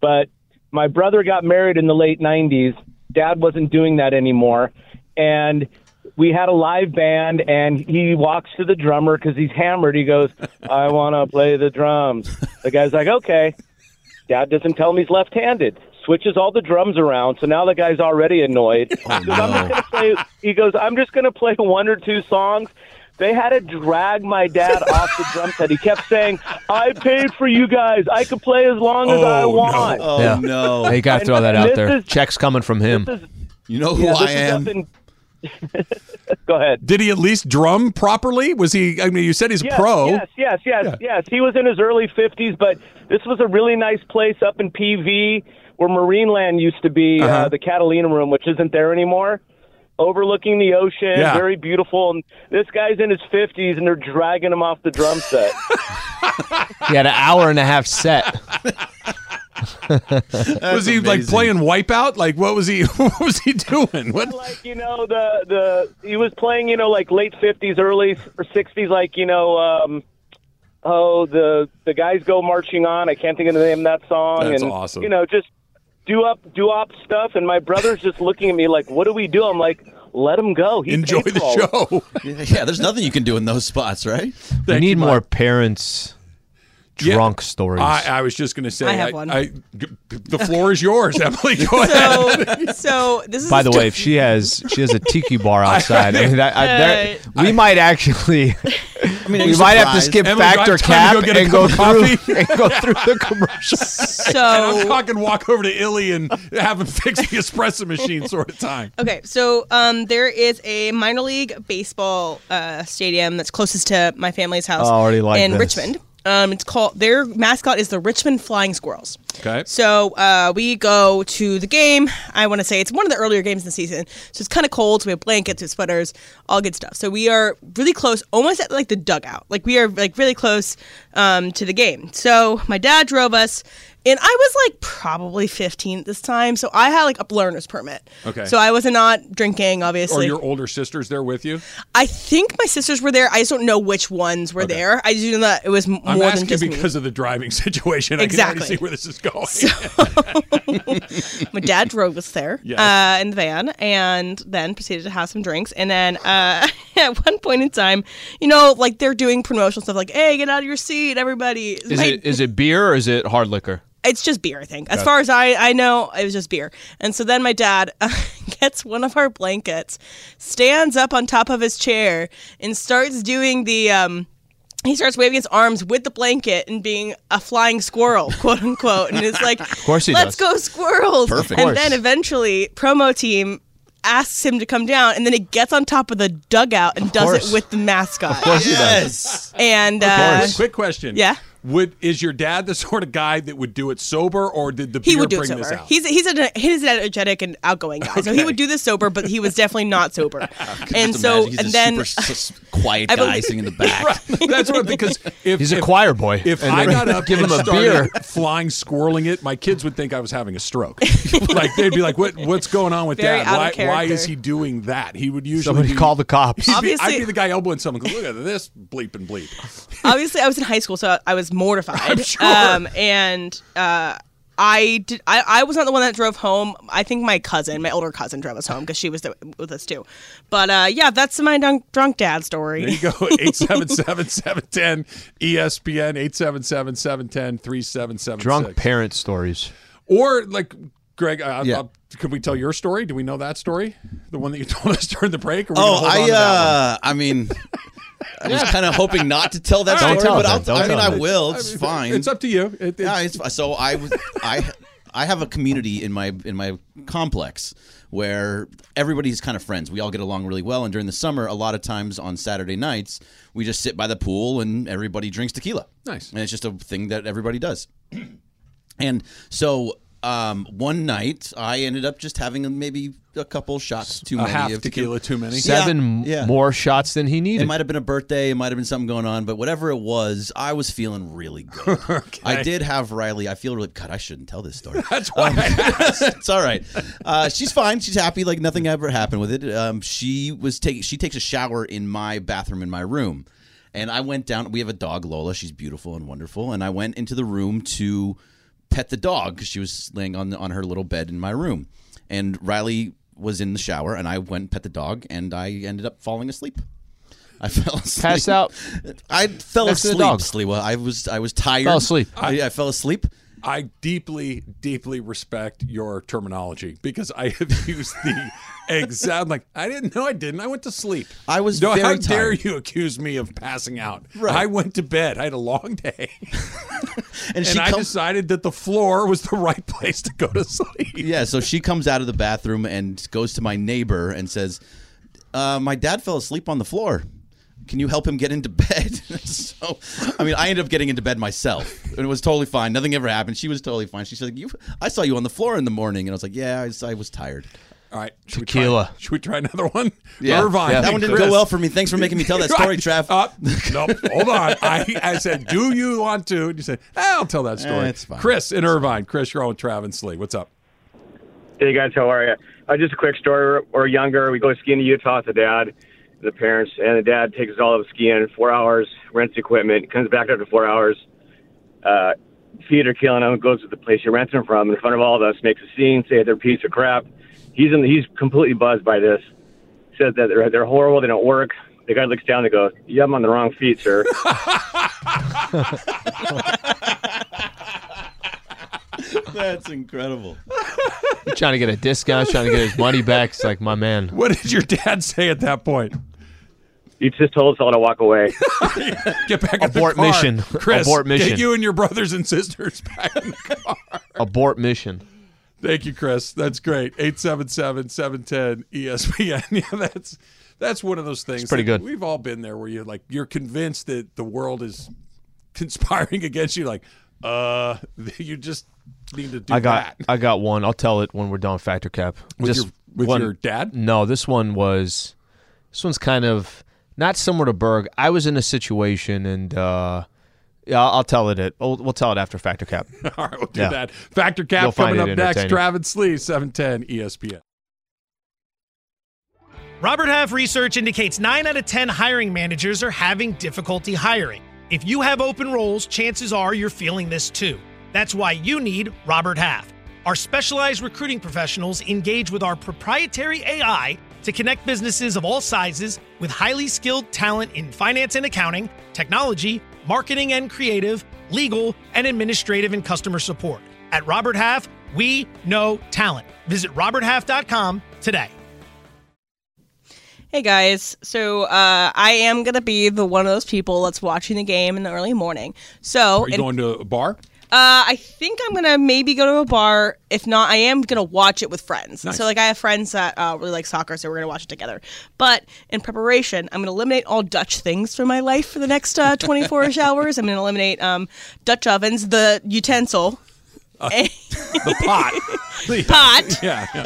Speaker 8: but my brother got married in the late 90s. Dad wasn't doing that anymore. And we had a live band, and he walks to the drummer because he's hammered. He goes, I want to play the drums. The guy's like, okay. Dad doesn't tell him he's left handed. Switches all the drums around, so now the guy's already
Speaker 1: Oh,
Speaker 8: annoyed. he, goes, I'm just gonna play, he goes, I'm just going to play one or two songs. They had to drag my dad off the drum set. He kept saying, I paid for you guys. I could play as long as I
Speaker 1: Oh, no.
Speaker 8: want.
Speaker 3: oh
Speaker 2: Yeah.
Speaker 3: no,
Speaker 2: They got to throw that out
Speaker 8: this
Speaker 2: there.
Speaker 8: is-
Speaker 2: Checks coming from him.
Speaker 3: you know who
Speaker 8: Yeah, this
Speaker 3: I
Speaker 8: is
Speaker 3: am.
Speaker 8: nothing- Go ahead.
Speaker 1: did he at least drum properly was he i mean you said he's a
Speaker 8: Yes,
Speaker 1: pro
Speaker 8: Yes, yes, yes, yes. He was in his early 50s, but this was a really nice place up in PV where Marineland used to be, uh the Catalina Room, which isn't there anymore. Overlooking the ocean,
Speaker 1: Yeah.
Speaker 8: very beautiful. And this guy's in his 50s, and they're dragging him off the drum set.
Speaker 2: He had an hour and a half set.
Speaker 1: was he like
Speaker 3: amazing.
Speaker 1: playing wipeout like what was he what was he doing what
Speaker 8: like you know the the he was playing you know like late fifties, early s- or sixties, like you know um, oh the the guys go marching on. I can't think of the name of that song.
Speaker 1: That's
Speaker 8: and,
Speaker 1: awesome.
Speaker 8: You know just do up do up stuff. And my brother's just looking at me like, what do we do? I'm like, let him go. He
Speaker 1: enjoy
Speaker 8: paid
Speaker 1: the
Speaker 8: for all of it."
Speaker 1: show
Speaker 3: yeah, there's nothing you can do in those spots, right?
Speaker 2: we
Speaker 1: you,
Speaker 2: need more parents
Speaker 1: Yeah.
Speaker 2: drunk stories.
Speaker 1: I, I was just going to say,
Speaker 7: I have one.
Speaker 1: g- the floor is yours, Emily. Go ahead.
Speaker 7: So, so this is
Speaker 2: By the way, if she has she has a tiki bar outside, I mean, that, I, that, we might actually
Speaker 3: I mean,
Speaker 2: we might have to skip
Speaker 1: Emily,
Speaker 2: factor
Speaker 1: drive time
Speaker 2: cap
Speaker 1: to go get a
Speaker 2: and go
Speaker 1: cup
Speaker 2: through
Speaker 1: of coffee.
Speaker 2: and go through the commercials.
Speaker 1: I'm
Speaker 7: so
Speaker 1: talking walk over to Illy and have him fix the espresso machine sort of time.
Speaker 7: okay. So um, there is a minor league baseball uh, stadium that's closest to my family's house
Speaker 2: Oh, I already like
Speaker 7: in
Speaker 2: this.
Speaker 7: Richmond. Um, it's called their mascot is the Richmond Flying Squirrels.
Speaker 1: Okay.
Speaker 7: So uh, we go to the game. I want to say it's one of the earlier games in the season. So it's kind of cold. So we have blankets, we have sweaters, all good stuff. So we are really close, almost at like the dugout. Like we are like really close um, to the game. So my dad drove us, And I was like probably 15 this time, so I had like a learner's permit.
Speaker 1: Okay.
Speaker 7: So I was not drinking,
Speaker 1: Or
Speaker 7: obviously.
Speaker 1: your older sister's there with you?
Speaker 7: I think my sisters were there. I just don't know which ones were there. I just know that it was m-
Speaker 1: I'm
Speaker 7: more
Speaker 1: asking
Speaker 7: than just
Speaker 1: because of the driving situation. I can already
Speaker 7: Exactly.
Speaker 1: see where this is going.
Speaker 7: me. my dad drove us there
Speaker 1: Yes.
Speaker 7: uh, in the van, and then proceeded to have some drinks. And then uh, at one point in time, you know, like they're doing promotional stuff, like "Hey, get out of your seat, everybody!"
Speaker 2: Is
Speaker 7: My-
Speaker 2: it is it beer or is it hard liquor?
Speaker 7: it's just beer, I think. As far as I, I know, it was just beer. And so then my dad gets one of our blankets, stands up on top of his chair, and starts doing the. Um, he starts waving his arms with the blanket and being a flying squirrel, quote unquote. And it's like, of
Speaker 2: course he
Speaker 7: let's
Speaker 2: does.
Speaker 7: go squirrels.
Speaker 3: Perfect.
Speaker 7: And then eventually, promo team asks him to come down, and then he gets on top of the dugout and does
Speaker 2: course.
Speaker 7: it with the mascot.
Speaker 3: Yes.
Speaker 7: And
Speaker 1: Quick-
Speaker 7: uh,
Speaker 1: Quick question.
Speaker 7: Yeah.
Speaker 1: Would is your dad the sort of guy that would do it sober, or did the
Speaker 7: he
Speaker 1: beer
Speaker 7: would do it
Speaker 1: bring this
Speaker 7: sober.
Speaker 1: out?
Speaker 7: He's he's an he's an energetic and outgoing guy, so he would do this sober, but he was definitely not sober. and
Speaker 3: Just
Speaker 7: so
Speaker 3: imagine he's
Speaker 7: and
Speaker 3: a
Speaker 7: then
Speaker 3: super s- quiet
Speaker 7: I
Speaker 3: guy
Speaker 7: believe-
Speaker 3: sitting in the back.
Speaker 1: That's what because if
Speaker 2: He's a
Speaker 1: if-
Speaker 2: choir boy.
Speaker 1: If
Speaker 2: And
Speaker 1: I
Speaker 2: they're-
Speaker 1: got up
Speaker 2: give
Speaker 1: and
Speaker 2: him a
Speaker 1: started
Speaker 2: beer.
Speaker 1: flying, squirreling it, my kids would think I was having a stroke. like they'd be like, "What? What's going on with
Speaker 7: Very out
Speaker 1: dad?
Speaker 7: of
Speaker 1: Why? Why
Speaker 7: character.
Speaker 1: is he doing that?" He would usually
Speaker 2: Somebody
Speaker 1: be-
Speaker 2: call the cops.
Speaker 1: He'd be- I'd
Speaker 7: Obviously-
Speaker 1: be the guy elbowing someone. 'cause Look at this bleep and bleep.
Speaker 7: obviously I was in high school, so I was mortified.
Speaker 1: sure.
Speaker 7: Um, and uh, I did. I, I was not the one that drove home. I think my cousin, my older cousin, drove us home because she was the, with us too. But uh, yeah, that's my drunk, drunk dad story.
Speaker 1: There you go. 877-710 ESPN 877-710-3776.
Speaker 2: Drunk parent stories.
Speaker 1: Or like Greg, uh,
Speaker 3: Yeah.
Speaker 1: uh, could we tell your story? Do we know that story? The one that you told us during the break? Or we gonna
Speaker 3: Oh,
Speaker 1: hold on
Speaker 3: I
Speaker 1: to that one?
Speaker 3: uh, I mean, I was kind of hoping not to tell that
Speaker 2: Don't
Speaker 3: story,
Speaker 2: tell
Speaker 3: but
Speaker 2: them.
Speaker 3: I'll,
Speaker 2: Don't
Speaker 3: I mean,
Speaker 2: tell
Speaker 3: I
Speaker 2: them.
Speaker 3: will. It's fine.
Speaker 1: It's up to you. It, it-
Speaker 3: Yeah, it's fi- so I was I I have a community in my in my complex where everybody's kind of friends. We all get along really well, and during the summer, a lot of times on Saturday nights, we just sit by the pool and everybody drinks tequila.
Speaker 1: Nice.
Speaker 3: and it's just a thing that everybody does. And so um, one night, I ended up just having maybe a couple shots too
Speaker 1: a
Speaker 3: many
Speaker 1: half
Speaker 3: of
Speaker 1: tequila too many.
Speaker 2: Seven
Speaker 3: yeah.
Speaker 2: more shots than he
Speaker 3: it
Speaker 2: needed.
Speaker 3: might have been a birthday. It might have been something going on, but whatever it was, I was feeling really good. I did have Riley. I feel really. God, I shouldn't tell this story.
Speaker 1: That's why.
Speaker 3: it's all right. Uh, she's fine. She's happy. Like nothing ever happened with it. Um, she was taking. She takes a shower in my bathroom in my room, and I went down. We have a dog, Lola. She's beautiful and wonderful. And I went into the room to pet the dog 'cause she was laying on on her little bed in my room, and Riley was in the shower, and I went and pet the dog, and I ended up falling asleep. I fell asleep.
Speaker 2: Passed out.
Speaker 3: I fell
Speaker 2: Next to the
Speaker 3: asleep.
Speaker 2: dog.
Speaker 3: Sliwa. I was I was tired.
Speaker 2: Fell asleep.
Speaker 3: I, I fell asleep.
Speaker 1: I deeply, deeply respect your terminology because I have used the exact. Like I didn't know I didn't. I went to sleep.
Speaker 3: I was
Speaker 1: no. how
Speaker 3: very
Speaker 1: dare
Speaker 3: tired.
Speaker 1: you accuse me of passing out?
Speaker 3: Right.
Speaker 1: I went to bed. I had a long day,
Speaker 3: And, she
Speaker 1: and I
Speaker 3: comes.
Speaker 1: decided that the floor was the right place to go to sleep.
Speaker 3: yeah, so she comes out of the bathroom and goes to my neighbor and says, uh, "My dad fell asleep on the floor. Can you help him get into bed?" so, I mean, I ended up getting into bed myself, and it was totally fine. Nothing ever happened. She was totally fine. She said, "You, I saw you on the floor in the morning," and I was like, "Yeah, I was, I was tired."
Speaker 1: All right, should We
Speaker 2: Tequila.
Speaker 1: try, should we try another one?
Speaker 3: Yeah,
Speaker 1: Irvine. Uh,
Speaker 3: that one didn't go well for me. Thanks for making me tell that story, Trav.
Speaker 1: Up, no, hold on. I, I said, "Do you want to?" And you said, "I'll tell that story."
Speaker 3: Eh, it's fine.
Speaker 1: Chris in Irvine. Chris, you're on with Trav and Slee. What's up?
Speaker 9: Hey guys, how are you? Uh, just a quick story. We're younger. We go skiing to Utah with the dad, the parents, and the dad takes us all up skiing. Four hours, rents equipment, comes back after four hours. Uh, feet are killing him. Goes to the place he rents them from in front of all of us, makes a scene, say they're a piece of crap. He's in. He's completely buzzed by this. Says that they're, they're horrible. They don't work. The guy looks down and goes, "Yeah, I'm on the wrong feet, sir."
Speaker 3: That's incredible.
Speaker 2: trying to get a discount, trying to get his money back. It's like, my man.
Speaker 1: What did your dad say at that point?
Speaker 9: he just told us all to walk away.
Speaker 1: Get back in
Speaker 2: Abort
Speaker 1: the car.
Speaker 2: mission.
Speaker 1: Chris,
Speaker 2: Abort mission.
Speaker 1: Get you and your brothers and sisters back in the car.
Speaker 2: Abort mission.
Speaker 1: Thank you, Chris. That's great. 877-710 ESPN. Yeah, that's that's one of those things.
Speaker 2: pretty
Speaker 1: that
Speaker 2: good.
Speaker 1: We've all been there where you're like you're convinced that the world is conspiring against you. Like, uh, you just need to do
Speaker 2: I got
Speaker 1: that.
Speaker 2: I got one. I'll tell it when we're done with Factor Cap.
Speaker 1: With your- with your dad?
Speaker 2: No, this one was this one's kind of not similar to Berg. I was in a situation and uh Yeah, I'll, I'll tell it. It. We'll, we'll tell it after Factor Cap.
Speaker 1: All right, we'll do
Speaker 2: Yeah.
Speaker 1: that. Factor Cap
Speaker 2: You'll find
Speaker 1: coming up
Speaker 2: it
Speaker 1: next.
Speaker 2: entertaining.
Speaker 1: Travis Lee, E 710 ESPN.
Speaker 10: Robert Half research indicates 9 out of 10 hiring managers are having difficulty hiring. If you have open roles, chances are you're feeling this too. That's why you need Robert Half. Our specialized recruiting professionals engage with our proprietary AI to connect businesses of all sizes with highly skilled talent in finance and accounting, technology, marketing and creative, legal, and administrative and customer support. At Robert Half, we know talent. Visit roberthalf.com today.
Speaker 7: Hey guys, so uh, I am gonna be the one of those people that's watching the game in the early morning. So
Speaker 1: Are you
Speaker 7: and-
Speaker 1: going to a bar?
Speaker 7: Uh, I think I'm gonna maybe go to a bar. If not, I am gonna watch it with friends.
Speaker 1: Nice.
Speaker 7: So like I have friends that uh, really like soccer, so we're gonna watch it together. But in preparation, I'm gonna eliminate all Dutch things from my life for the next uh, 24-ish hours. I'm gonna eliminate um, Dutch ovens, the utensil,
Speaker 3: Uh,
Speaker 1: The pot. The-
Speaker 7: pot.
Speaker 1: Yeah, yeah.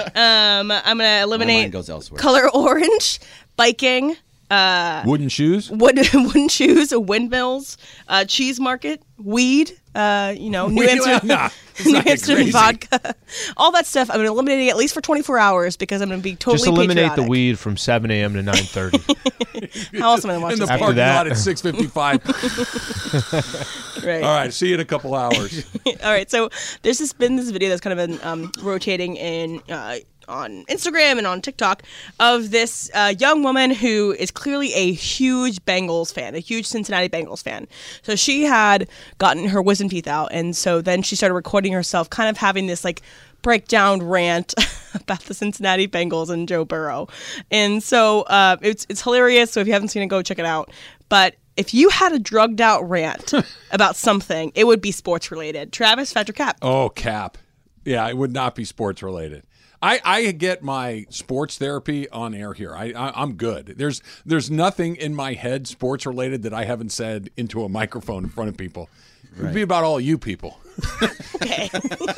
Speaker 7: Um, I'm gonna
Speaker 3: Mine
Speaker 7: eliminate
Speaker 3: goes elsewhere.
Speaker 7: color orange, biking,
Speaker 1: Wooden shoes.
Speaker 7: wood wooden shoes, windmills, uh, cheese market, weed. Uh, you know, New
Speaker 1: Weed?
Speaker 7: Amsterdam,
Speaker 1: Nah, it's
Speaker 7: New
Speaker 1: not that
Speaker 7: Amsterdam
Speaker 1: crazy.
Speaker 7: vodka, all that stuff. I'm eliminating at least for 24 hours because I'm going to be totally
Speaker 2: Just eliminate
Speaker 7: patriotic.
Speaker 2: the weed from 7 a.m. to 9:30.
Speaker 7: How else am I
Speaker 1: In
Speaker 7: going to
Speaker 1: the
Speaker 7: watch this?
Speaker 2: After
Speaker 1: parking
Speaker 2: that-
Speaker 1: lot at 655.
Speaker 7: Right.
Speaker 1: All right, see you in a couple hours.
Speaker 7: All right, so there's this been this video that's kind of been um, rotating in uh, on Instagram and on TikTok of this uh, young woman who is clearly a huge Bengals fan, a huge Cincinnati Bengals fan. So she had gotten her wisdom teeth out, and so then she started recording herself, kind of having this like breakdown rant about the Cincinnati Bengals and Joe Burrow. And so uh, it's it's hilarious. So if you haven't seen it, go check it out. But if you had a drugged out rant about something, it would be sports related. Travis, fetch your cap.
Speaker 1: Oh, cap. Yeah, it would not be sports related. I, I get my sports therapy on air here. I, I I'm good. There's there's nothing in my head sports related that I haven't said into a microphone in front of people. It would be about all you people.
Speaker 7: Okay.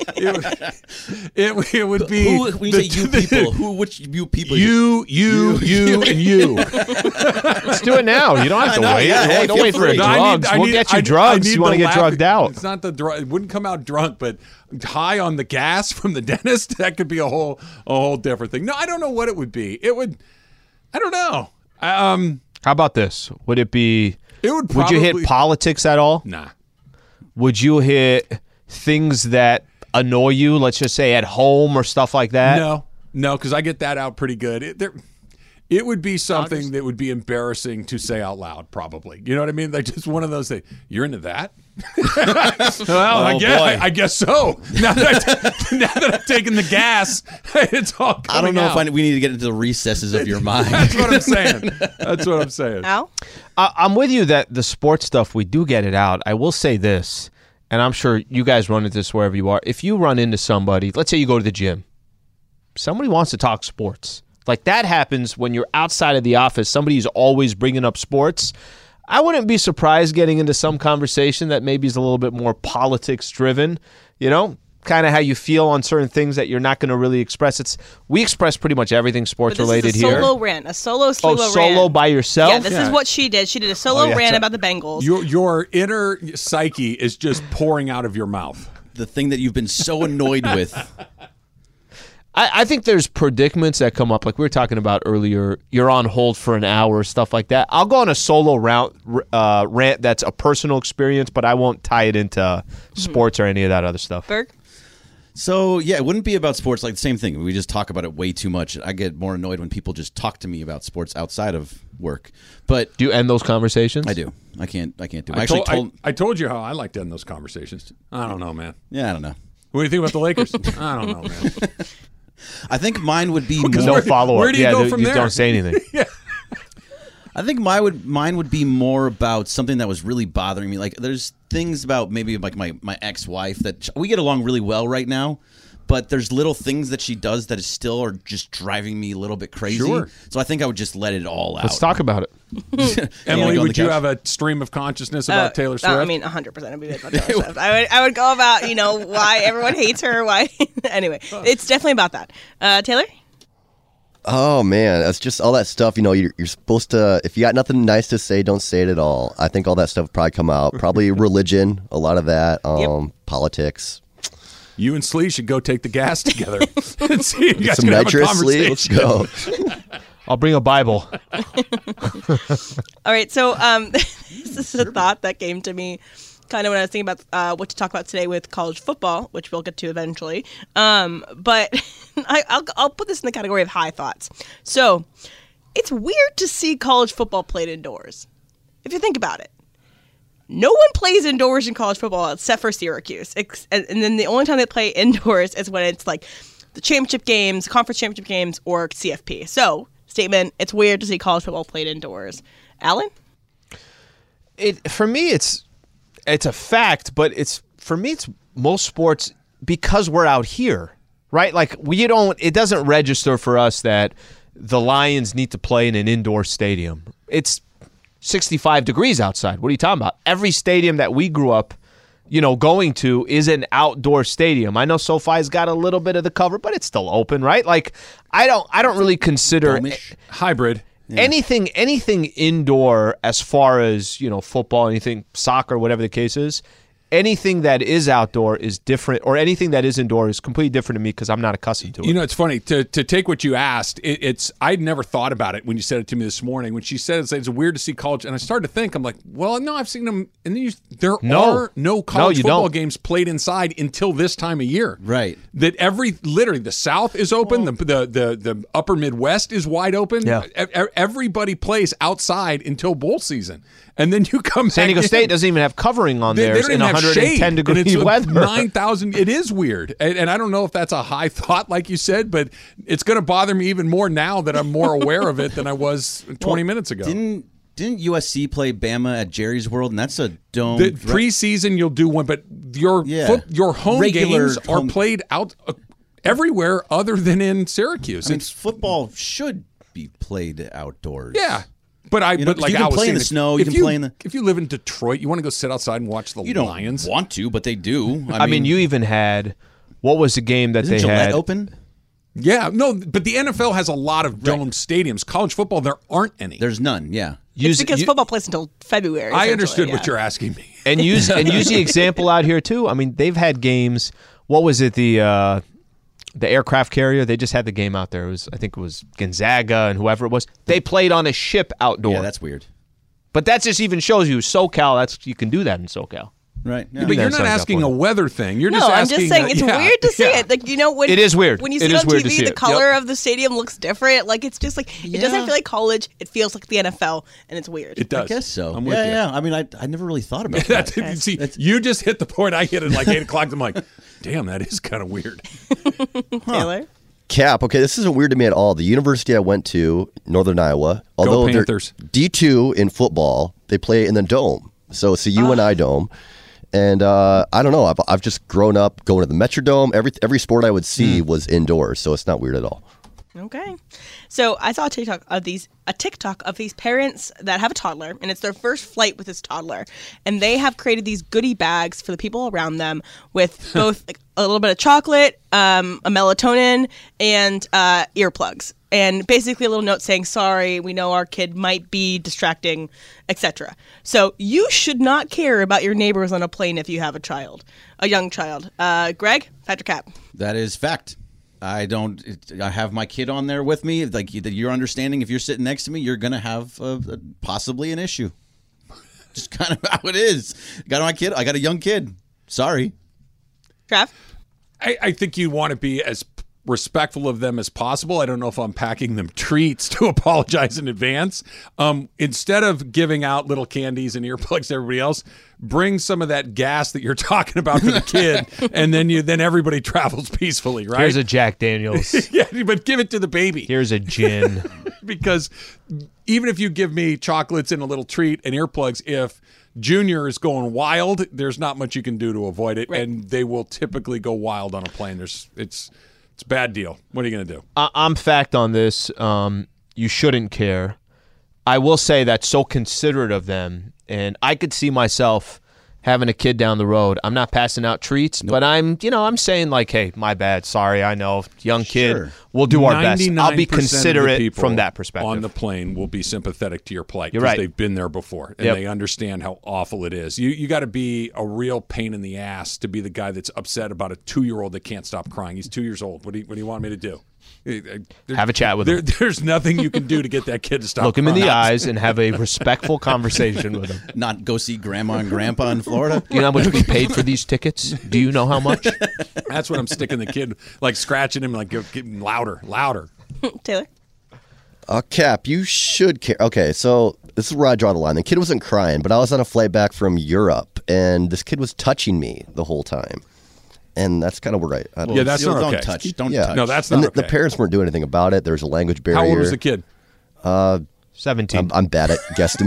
Speaker 1: It would, it, would- it would be
Speaker 3: Who, when you
Speaker 1: the-
Speaker 3: say you
Speaker 1: the-
Speaker 3: people, who, which you people?
Speaker 1: you, you, you, and you.
Speaker 2: Let's do it now. You don't have to
Speaker 3: know,
Speaker 2: wait.
Speaker 3: yeah,
Speaker 2: Don't
Speaker 3: hey,
Speaker 2: wait- don't
Speaker 3: feel
Speaker 2: wait for
Speaker 3: free.
Speaker 2: the
Speaker 1: No, I need-
Speaker 2: drugs.
Speaker 1: I
Speaker 2: we'll
Speaker 1: need-
Speaker 2: get
Speaker 1: I-
Speaker 2: you
Speaker 1: I
Speaker 2: drugs.
Speaker 1: need
Speaker 2: You want
Speaker 1: the
Speaker 2: to get
Speaker 1: laugh-
Speaker 2: drugged out?
Speaker 1: It's not the drug. It wouldn't come out drunk, but high on the gas from the dentist. That could be a whole a whole different thing. No, I don't know what it would be. It would. I don't know. Um,
Speaker 2: How about this? Would it be?
Speaker 1: it would.
Speaker 2: Would
Speaker 1: Probably,
Speaker 2: you hit politics at all?
Speaker 1: Nah.
Speaker 2: Would you hit things that annoy you? Let's just say at home or stuff like that.
Speaker 1: No, no, because I get that out pretty good. It, there, it would be something that would be embarrassing to say out loud, probably. You know what I mean? Like just one of those things. You're into that? well, I
Speaker 3: Oh,
Speaker 1: guess
Speaker 3: boy.
Speaker 1: I guess so. Now that, I, now that I've taken the gas, it's all.
Speaker 3: I
Speaker 1: coming
Speaker 3: don't know
Speaker 1: out.
Speaker 3: if I, we need to get into the recesses of your mind.
Speaker 1: That's what I'm saying. That's what I'm saying.
Speaker 7: Al?
Speaker 2: I, I'm with you that the sports stuff we do get it out. I will say this, and I'm sure you guys run into this wherever you are. If you run into somebody, let's say you go to the gym, somebody wants to talk sports. Like that happens when you're outside of the office. Somebody's always bringing up sports. I wouldn't be surprised getting into some conversation that maybe is a little bit more politics driven. You know. Kind of how you feel on certain things that you're not going to really express. It's we express pretty much everything sports
Speaker 7: But this
Speaker 2: related
Speaker 7: is a
Speaker 2: here.
Speaker 7: solo rant, a solo solo
Speaker 2: oh,
Speaker 7: rant.
Speaker 2: solo by yourself. Oh,
Speaker 7: Yeah, this is what she did. She did a solo
Speaker 2: yeah,
Speaker 7: rant
Speaker 2: so-
Speaker 7: about the Bengals.
Speaker 1: Your your inner psyche is just pouring out of your mouth.
Speaker 3: the thing that you've been so annoyed with.
Speaker 2: I, I think there's predicaments that come up, like we were talking about earlier. You're on hold for an hour, stuff like that. I'll go on a solo round, uh, rant that's a personal experience, but I won't tie it into
Speaker 1: Mm-hmm.
Speaker 2: sports or any of that other stuff.
Speaker 7: Berg?
Speaker 3: So yeah, it wouldn't be about sports. Like the same thing. We just talk about it way too much. I get more annoyed when people just talk to me about sports outside of work. But
Speaker 2: Do you end those conversations?
Speaker 3: I do. I can't. I can't do. It. I,
Speaker 1: I
Speaker 3: actually
Speaker 1: told,
Speaker 3: told.
Speaker 1: I, I told you how I like to end those conversations. I don't know, man.
Speaker 3: yeah, I don't know.
Speaker 1: What do you think about the Lakers? I don't know, man.
Speaker 3: I think mine would be more.
Speaker 2: There's no
Speaker 1: Where-
Speaker 2: follow up.
Speaker 1: where do you
Speaker 2: yeah,
Speaker 1: go
Speaker 2: th-
Speaker 1: from there?
Speaker 2: don't say anything.
Speaker 3: I think my would mine would be more about something that was really bothering me. Like there's things about maybe like my my ex wife that sh- we get along really well right now, but there's little things that she does that is still are just driving me a little bit crazy.
Speaker 1: Sure.
Speaker 3: So I think I would just let it all out.
Speaker 2: Let's talk about it.
Speaker 1: Emily,
Speaker 3: go on
Speaker 1: would
Speaker 3: the
Speaker 1: you
Speaker 3: couch.
Speaker 1: have a stream of consciousness about
Speaker 7: Uh,
Speaker 1: Taylor
Speaker 7: uh,
Speaker 1: Swift?
Speaker 7: I mean, 100 percent would be about Taylor Swift. I would, I would go about you know why everyone hates her. Why? anyway, it's definitely about that. Uh, Taylor.
Speaker 4: Oh man, that's just all that stuff. You know, you're, you're supposed to. If you got nothing nice to say, don't say it at all. I think all that stuff probably come out. Probably religion, a lot of that. Um, politics.
Speaker 1: You and Slee should go take the gas together. and see if you guys
Speaker 4: Some
Speaker 1: can have a
Speaker 4: nitrous, Slee.
Speaker 1: conversation.
Speaker 4: Let's go.
Speaker 2: I'll bring a Bible.
Speaker 7: All right, so um, this is a thought that came to me kind of when I was thinking about uh, what to talk about today with college football, which we'll get to eventually. Um, but I, I'll, I'll put this in the category of high thoughts. So it's weird to see college football played indoors. If you think about it, no one plays indoors in college football except for Syracuse. Ex- And and then the only time they play indoors is when it's like the championship games, conference championship games, or CFP. So, statement it's weird to see college football played indoors. Alan?
Speaker 2: it for me it's it's a fact but it's for me it's most sports because we're out here right like we don't it doesn't register for us that the lions need to play in an indoor stadium it's 65 degrees outside what are you talking about every stadium that we grew up you know going to is an outdoor stadium i know sofi's got a little bit of the cover but it's still open right like i don't i don't really consider
Speaker 1: hybrid
Speaker 2: anything anything indoor as far as you know football anything soccer whatever the case is anything that is outdoor is different or anything that is indoor is completely different to me because i'm not accustomed to it
Speaker 1: You know, it's funny to to take what you asked. It, it's I'd never thought about it when you said it to me this morning. When she said it's, it's weird to see college, and I started to think, I'm like, well, no, I've seen them. And then you, there
Speaker 2: No.
Speaker 1: are no
Speaker 2: No,
Speaker 1: college
Speaker 2: you
Speaker 1: football
Speaker 2: don't.
Speaker 1: games played inside until this time of year.
Speaker 3: Right.
Speaker 1: That every literally the South is open. The the the, the Upper Midwest is wide open.
Speaker 2: Yeah.
Speaker 1: E- e- Everybody plays outside until bowl season, and then you come. back
Speaker 2: san diego
Speaker 1: in.
Speaker 2: state doesn't even have covering on
Speaker 1: They, they
Speaker 2: theirs
Speaker 1: don't
Speaker 2: in
Speaker 1: even have
Speaker 2: 110
Speaker 1: shade, and
Speaker 2: degree
Speaker 1: it's
Speaker 2: weather
Speaker 1: Nine thousand. It is weird, and, and I don't know if that's a high thought, like you said, but it's going to bother me even more now that I'm more aware of it than I was 20 minutes ago.
Speaker 3: Didn't Mm, didn't USC play Bama at Jerry's World, and that's a dome.
Speaker 1: The preseason, you'll do one, but your
Speaker 3: Yeah.
Speaker 1: foot, your home
Speaker 3: Regular
Speaker 1: games
Speaker 3: home-
Speaker 1: are played out uh, everywhere other than in Syracuse.
Speaker 3: I mean,
Speaker 1: It's-
Speaker 3: football should be played outdoors.
Speaker 1: yeah. But I,
Speaker 3: You know,
Speaker 1: but
Speaker 3: 'cause
Speaker 1: like
Speaker 3: you can
Speaker 1: I was
Speaker 3: play in
Speaker 1: saying,
Speaker 3: the
Speaker 1: if-
Speaker 3: snow, you
Speaker 1: if
Speaker 3: can play in the-
Speaker 1: If you live in Detroit, you want to go sit outside and watch the
Speaker 3: You don't
Speaker 1: Lions.
Speaker 3: want to, but they do. I,
Speaker 2: i mean you even had what was the game that
Speaker 3: isn't
Speaker 2: they
Speaker 3: Gillette
Speaker 2: had
Speaker 3: open?
Speaker 1: Yeah, no, but the NFL has a lot of domed stadiums. College football, there aren't any.
Speaker 3: There's none. Yeah.
Speaker 2: use,
Speaker 7: because
Speaker 2: you-
Speaker 7: football plays until February.
Speaker 1: I understood
Speaker 7: essentially,
Speaker 1: what
Speaker 7: yeah.
Speaker 1: you're asking me.
Speaker 2: and use and use the example out here too i mean they've had games what was it the uh the aircraft carrier. They just had the game out there. It was I think it was Gonzaga and whoever it was. They played on a ship outdoor.
Speaker 3: Yeah, that's weird.
Speaker 2: but that just even shows you SoCal. That's you can do that in SoCal.
Speaker 3: Right. Yeah.
Speaker 1: But you're
Speaker 2: that's
Speaker 1: not
Speaker 2: not
Speaker 1: asking a
Speaker 2: helpful.
Speaker 1: weather thing. You're
Speaker 7: No,
Speaker 1: just
Speaker 7: I'm
Speaker 1: asking.
Speaker 7: just saying
Speaker 1: uh,
Speaker 7: it's
Speaker 1: yeah,
Speaker 7: weird to see
Speaker 1: yeah.
Speaker 7: it. Like you know when
Speaker 2: It is weird.
Speaker 7: when you
Speaker 2: It
Speaker 7: see
Speaker 2: is
Speaker 7: on
Speaker 2: weird to
Speaker 7: TV.
Speaker 2: see
Speaker 7: The
Speaker 2: it.
Speaker 7: color of the stadium looks different. Like it's just like it doesn't
Speaker 3: Yeah.
Speaker 7: feel like college. It feels like the NFL, and it's weird.
Speaker 1: It does.
Speaker 3: I guess so.
Speaker 1: I'm with
Speaker 3: yeah,
Speaker 1: you.
Speaker 3: yeah. I mean, I, I never really thought about that.
Speaker 1: That's, see, you just hit the point. I hit it like eight o'clock. I'm like, damn, that is kind of weird.
Speaker 7: Taylor.
Speaker 4: Cap. Okay, this isn't weird to me at all. The university I went to, Northern Iowa, although
Speaker 1: Panthers.
Speaker 4: D two in football, they play in the dome. So it's the
Speaker 1: Ah.
Speaker 4: UNI dome, and uh, I don't know. I've, I've just grown up going to the Metrodome. Every every sport I would see
Speaker 1: Hmm.
Speaker 4: was indoors, so it's not weird at all.
Speaker 7: Okay. So I saw a TikTok of these a TikTok of these parents that have a toddler and it's their first flight with this toddler and they have created these goodie bags for the people around them with both like, a little bit of chocolate, um, a melatonin and uh, earplugs and basically a little note saying sorry, we know our kid might be distracting, etc. So you should not care about your neighbors on a plane if you have a child, a young child. Uh, Greg, Patrick Cap.
Speaker 3: That is fact. I don't. It, I have my kid on there with me. Like you- you're understanding, if you're sitting next to me, you're gonna have uh uh possibly an issue. Just kind of how it is. Got my kid. I got a young kid. Sorry.
Speaker 7: Trav.
Speaker 1: I, I think you want to be as respectful of them as possible. I don't know if I'm packing them treats to apologize in advance. Um, instead of giving out little candies and earplugs to everybody else, bring some of that gas that you're talking about for the kid, and then you then everybody travels peacefully, right?
Speaker 2: Here's a Jack Daniels.
Speaker 1: yeah, but give it to the baby.
Speaker 2: Here's a gin.
Speaker 1: because even if you give me chocolates and a little treat and earplugs, if Junior is going wild, there's not much you can do to avoid it, and they will typically go wild on a plane. There's it's it's a bad deal. What are you going to do?
Speaker 2: I- I'm fact on this. Um, you shouldn't care. I will say that's so considerate of them, and I could see myself having a kid down the road. I'm not passing out treats, but I'm, you know, I'm saying like, hey, my bad, sorry, I know, young kid,
Speaker 3: Sure.
Speaker 2: we'll do our best. I'll
Speaker 1: 99%
Speaker 2: be
Speaker 1: of the
Speaker 2: considerate
Speaker 1: people
Speaker 2: from that perspective.
Speaker 1: On the plane, will be sympathetic to your plight
Speaker 2: You're
Speaker 1: because
Speaker 2: right.
Speaker 1: they've been there before and
Speaker 2: Yep.
Speaker 1: they understand how awful it is. You you got to be a real pain in the ass to be the guy that's upset about a two year old that can't stop crying. He's two years old. What do you, what do you want me to do? uh, There-
Speaker 2: Have a chat with
Speaker 1: there-
Speaker 2: him.
Speaker 1: There's nothing you can do to get that kid to stop.
Speaker 2: Look him in the
Speaker 1: crying.
Speaker 2: eyes and have a respectful conversation with him.
Speaker 3: Not go see grandma and grandpa in Florida.
Speaker 2: You know how much we paid for these tickets? Do you know how much?
Speaker 1: That's when I'm sticking the kid, like scratching him, like get- getting louder, louder.
Speaker 7: Taylor.
Speaker 4: Uh, Cap, you should care. Okay, so this is where I draw the line. The kid wasn't crying, but I was on a flight back from Europe, and this kid was touching me the whole time, and that's kind of where I. I
Speaker 1: Yeah, that's
Speaker 3: You
Speaker 1: not
Speaker 3: don't
Speaker 1: okay.
Speaker 3: touch. Don't
Speaker 4: yeah.
Speaker 3: touch.
Speaker 1: No, that's not
Speaker 4: and the, the
Speaker 1: okay.
Speaker 4: parents weren't doing anything about it. There was a language barrier.
Speaker 1: How old was the kid?
Speaker 2: 17.
Speaker 1: Um,
Speaker 4: I'm, I'm bad at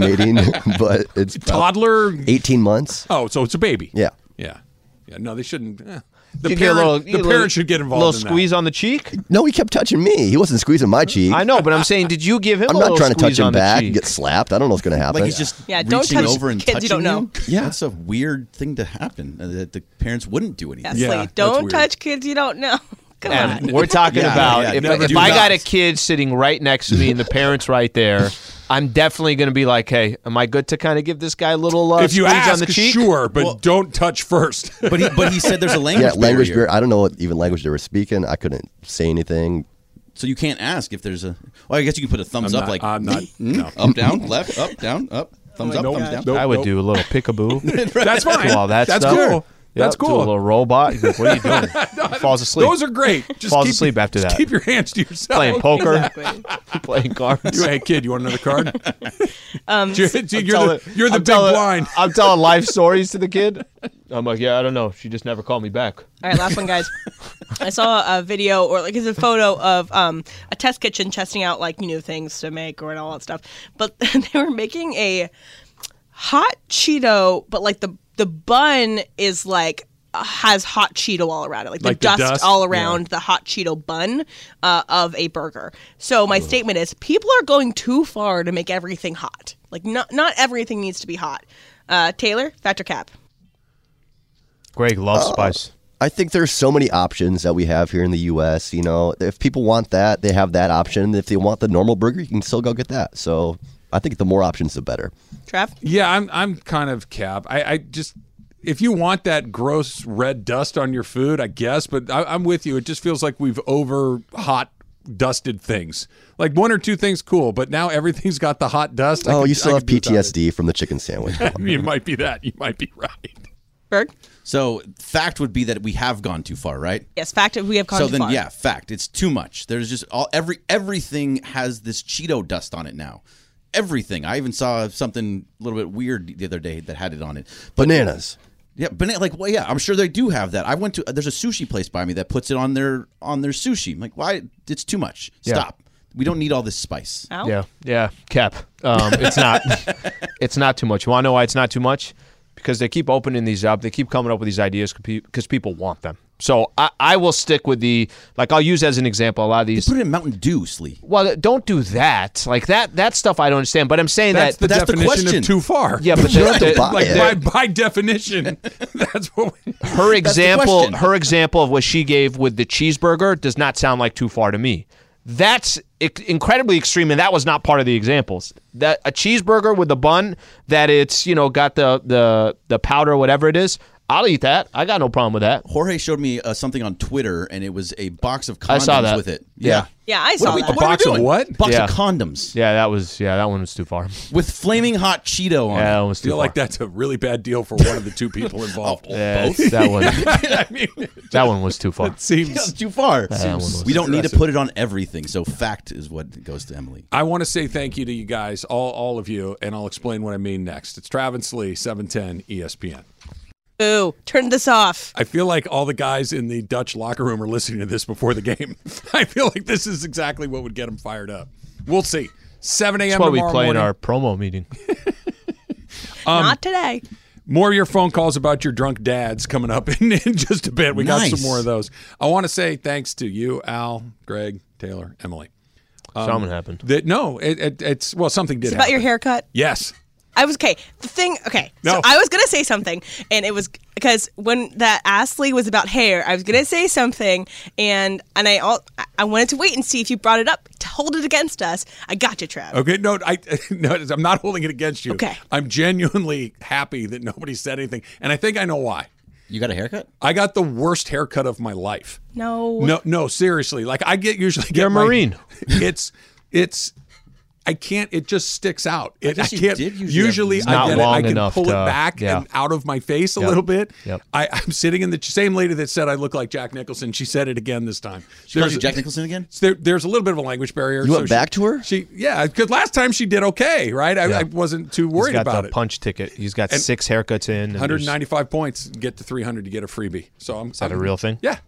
Speaker 4: guesstimating, but it's about
Speaker 1: Toddler.
Speaker 4: 18 months.
Speaker 1: Oh, so it's a baby.
Speaker 4: Yeah.
Speaker 1: Yeah. Yeah. No, they shouldn't. eh. The,
Speaker 2: You
Speaker 1: parent,
Speaker 2: get a little- you
Speaker 1: the
Speaker 2: get a
Speaker 1: parent
Speaker 2: little-
Speaker 1: should get involved.
Speaker 2: little
Speaker 1: in that.
Speaker 2: squeeze on the cheek.
Speaker 4: No, he kept touching me. He wasn't squeezing my cheek.
Speaker 2: I know, but I'm saying, did you give him?
Speaker 4: I'm
Speaker 2: a
Speaker 4: not
Speaker 2: little
Speaker 4: trying to touch
Speaker 2: squeeze
Speaker 4: him
Speaker 2: on the
Speaker 4: back and
Speaker 2: cheek?
Speaker 4: get slapped. I don't know what's going to happen.
Speaker 3: Like he's just
Speaker 7: Yeah, don't
Speaker 3: reaching
Speaker 7: touch
Speaker 3: over and
Speaker 7: kids you
Speaker 3: touching
Speaker 7: don't know.
Speaker 4: Yeah.
Speaker 3: that's a weird thing to happen. uh, That the parents wouldn't do anything.
Speaker 7: That's
Speaker 1: Yeah,
Speaker 7: like,
Speaker 1: that's
Speaker 7: don't
Speaker 1: weird.
Speaker 7: touch kids you don't know. Come on.
Speaker 2: And we're talking
Speaker 3: Yeah,
Speaker 2: about
Speaker 3: yeah,
Speaker 2: if,
Speaker 3: never
Speaker 2: if
Speaker 3: do
Speaker 2: I got
Speaker 3: that.
Speaker 2: a kid sitting right next to me and the parents right there, I'm definitely going to be like, "Hey, am I good to kind of give this guy a little uh,
Speaker 1: If you
Speaker 2: squeeze
Speaker 1: ask,
Speaker 2: on the cheek?"
Speaker 1: sure, but don't touch first.
Speaker 3: But he, but he said there's a language
Speaker 4: yeah, language
Speaker 3: barrier,
Speaker 4: barrier. I don't know what even language they were speaking. I couldn't say anything.
Speaker 3: so you can't ask if there's a. Well, I guess you can put a thumbs
Speaker 1: I'm
Speaker 3: up,
Speaker 1: not-
Speaker 3: like
Speaker 1: I'm not-
Speaker 2: hmm?
Speaker 3: mm,
Speaker 1: no.
Speaker 3: up, down, left, up, down,
Speaker 7: Oh
Speaker 3: up, thumbs up,
Speaker 1: Nope,
Speaker 3: thumbs down.
Speaker 1: nope,
Speaker 2: I would
Speaker 1: nope.
Speaker 2: do a little peekaboo.
Speaker 1: That's fine.
Speaker 2: Do all that
Speaker 1: That's
Speaker 2: stuff.
Speaker 1: cool.
Speaker 2: Yep,
Speaker 1: That's
Speaker 2: Do a
Speaker 1: cool.
Speaker 2: little robot. He's like, what are you doing? He falls asleep.
Speaker 1: Those are great. Just
Speaker 2: Falls
Speaker 1: keep,
Speaker 2: asleep after
Speaker 1: just
Speaker 2: that.
Speaker 1: Keep your hands to yourself.
Speaker 2: playing poker,
Speaker 7: Exactly.
Speaker 2: playing cards.
Speaker 1: You, hey kid, you want another card? um, you're, the,
Speaker 2: telling-
Speaker 1: you're the
Speaker 2: I'm
Speaker 1: big
Speaker 2: telling-
Speaker 1: blind.
Speaker 2: I'm telling life stories to the kid. I'm like, yeah, I don't know. She just never called me back.
Speaker 7: All right, last one, guys. I saw a video or like it's a photo of um, a test kitchen testing out like you know things to make or and all that stuff. But they were making a hot Cheeto, but like the the bun is like has hot Cheeto all around it, like,
Speaker 1: Like
Speaker 7: the,
Speaker 1: the
Speaker 7: dust,
Speaker 1: dust?
Speaker 7: all
Speaker 1: Yeah.
Speaker 7: around the hot Cheeto bun uh, of a burger. So my statement is: people are going too far to make everything hot. Like not not everything needs to be hot. Uh, Taylor, factor cap.
Speaker 2: Greg loves
Speaker 4: Uh,
Speaker 2: spice.
Speaker 4: I think there's so many options that we have here in the U.S. You know, if people want that, they have that option. If they want the normal burger, you can still go get that. So I think the more options, the better.
Speaker 7: Trav.
Speaker 1: Yeah, I'm I'm kind of cap. I, I just if you want that gross red dust on your food, I guess, but I, I'm with you. It just feels like we've over hot dusted things. Like one or two things, cool, but now everything's got the hot dust. I
Speaker 4: Oh,
Speaker 1: could-
Speaker 4: you
Speaker 1: I
Speaker 4: still have
Speaker 1: could do without it.
Speaker 4: PTSD from the chicken sandwich.
Speaker 1: you might be that. You might be right.
Speaker 7: Berg.
Speaker 3: So fact would be that we have gone too far, right?
Speaker 7: Yes, fact. We have gone
Speaker 3: so
Speaker 7: too
Speaker 3: then
Speaker 7: far.
Speaker 3: yeah fact it's too much there's just all every everything has this cheeto dust on it now everything i even saw something a little bit weird the other day that had it on it
Speaker 4: Bananas.
Speaker 3: yeah banana like well yeah i'm sure they do have that i went to there's a sushi place by me that puts it on their on their sushi I'm like why it's too much stop we don't need all this spice
Speaker 7: Al?
Speaker 2: Yeah, yeah, cap. Um, it's not. it's not too much. You want to know why it's not too much? Because they keep opening these up. They keep coming up with these ideas because people want them. So I, I will stick with the like. I'll use as an example a lot of these.
Speaker 3: put it in mountain dew slee
Speaker 2: well, don't do that. Like that. That stuff I don't understand. But I'm saying
Speaker 1: That's
Speaker 2: that.
Speaker 1: the
Speaker 3: that's the
Speaker 1: definition
Speaker 3: question.
Speaker 1: of too far.
Speaker 2: yeah, but
Speaker 4: You don't have to
Speaker 2: the-
Speaker 4: buy
Speaker 1: Like
Speaker 4: it.
Speaker 1: by, by definition, that's what. We,
Speaker 2: her example
Speaker 3: question.
Speaker 2: her example of what she gave with the cheeseburger does not sound like too far to me that's ec- incredibly extreme and that was not part of the examples that a cheeseburger with a bun that it's you know got the the the powder whatever it is i'll eat that i got no problem with that
Speaker 3: jorge showed me uh, something on twitter and it was a box of condoms
Speaker 2: I saw that.
Speaker 3: with it
Speaker 2: Yeah.
Speaker 7: Yeah, I
Speaker 3: What
Speaker 7: saw
Speaker 3: are we,
Speaker 7: that.
Speaker 3: what are we
Speaker 1: box of
Speaker 3: doing?
Speaker 1: what?
Speaker 3: Box
Speaker 2: Yeah.
Speaker 3: of condoms
Speaker 2: yeah that was yeah that one was too far
Speaker 3: with flaming hot Cheeto on
Speaker 2: yeah that
Speaker 3: it.
Speaker 2: one was too
Speaker 1: feel
Speaker 2: far
Speaker 1: like that's a really bad deal for one of the two people involved.
Speaker 2: yeah, it's- that one
Speaker 1: I mean, it
Speaker 2: that one was too far
Speaker 1: seems
Speaker 3: It's too far.
Speaker 2: that one was
Speaker 3: we don't need to put it on everything. So fact is what goes to Emily.
Speaker 1: I want to say thank you to you guys, all all of you, and I'll explain what I mean next. It's Travis Lee, E 710 ESPN.
Speaker 7: Ooh, turn this off.
Speaker 1: I feel like all the guys in the Dutch locker room are listening to this before the game. I feel like this is exactly what would get them fired up. We'll see. 7 a.m.
Speaker 2: that's what we
Speaker 1: tomorrow
Speaker 2: play in
Speaker 1: morning.
Speaker 2: our promo meeting
Speaker 1: Um,
Speaker 7: Not today.
Speaker 1: More of your phone calls about your drunk dads coming up in, in just a bit. We got
Speaker 3: Nice.
Speaker 1: some more of those. I want to say thanks to you, Al, Greg, Taylor, Emily. Um,
Speaker 2: something happened
Speaker 1: That no, it, it, it's well, something did
Speaker 7: It's about your
Speaker 1: happen.
Speaker 7: haircut.
Speaker 1: Yes.
Speaker 7: I was okay. The thing, okay.
Speaker 1: No.
Speaker 7: So I was gonna say something, and it was because when that Astley was about hair, I was gonna say something, and and I all I- I wanted to wait and see if you brought it up to hold it against us. I got you, Trav.
Speaker 1: Okay, no, I no, I'm not holding it against you.
Speaker 7: Okay.
Speaker 1: I'm genuinely happy that nobody said anything, and I think I know why.
Speaker 3: You got a haircut?
Speaker 1: I got the worst haircut of my life.
Speaker 7: No.
Speaker 1: No, no, seriously. Like I get usually get
Speaker 2: You're a
Speaker 1: my-
Speaker 2: Marine.
Speaker 1: It's it's I can't. It just sticks out. It, I,
Speaker 3: guess you
Speaker 1: can't.
Speaker 3: did usually have-
Speaker 1: usually,
Speaker 3: It's
Speaker 1: I
Speaker 2: not
Speaker 1: get it. I
Speaker 2: long
Speaker 1: can
Speaker 2: enough
Speaker 1: pull
Speaker 2: to-
Speaker 1: it back
Speaker 2: yeah.
Speaker 1: and out of my face a
Speaker 2: Yep.
Speaker 1: little bit.
Speaker 2: Yep.
Speaker 1: I, I'm sitting in the same lady that said I look like Jack Nicholson. She said it again this time.
Speaker 3: There's Jack Nicholson again?
Speaker 1: So there, there's a little bit of a language barrier.
Speaker 4: You went
Speaker 1: she-
Speaker 4: back to her?
Speaker 1: She, yeah, because last time she did okay, right? I,
Speaker 2: Yeah.
Speaker 1: I wasn't too worried
Speaker 2: He's got
Speaker 1: about
Speaker 2: the
Speaker 1: it.
Speaker 2: punch ticket. He's got six haircuts in. and there's-
Speaker 1: 195 points, get to 300, you get a freebie. So I'm. Is
Speaker 2: that a real thing?
Speaker 1: Yeah,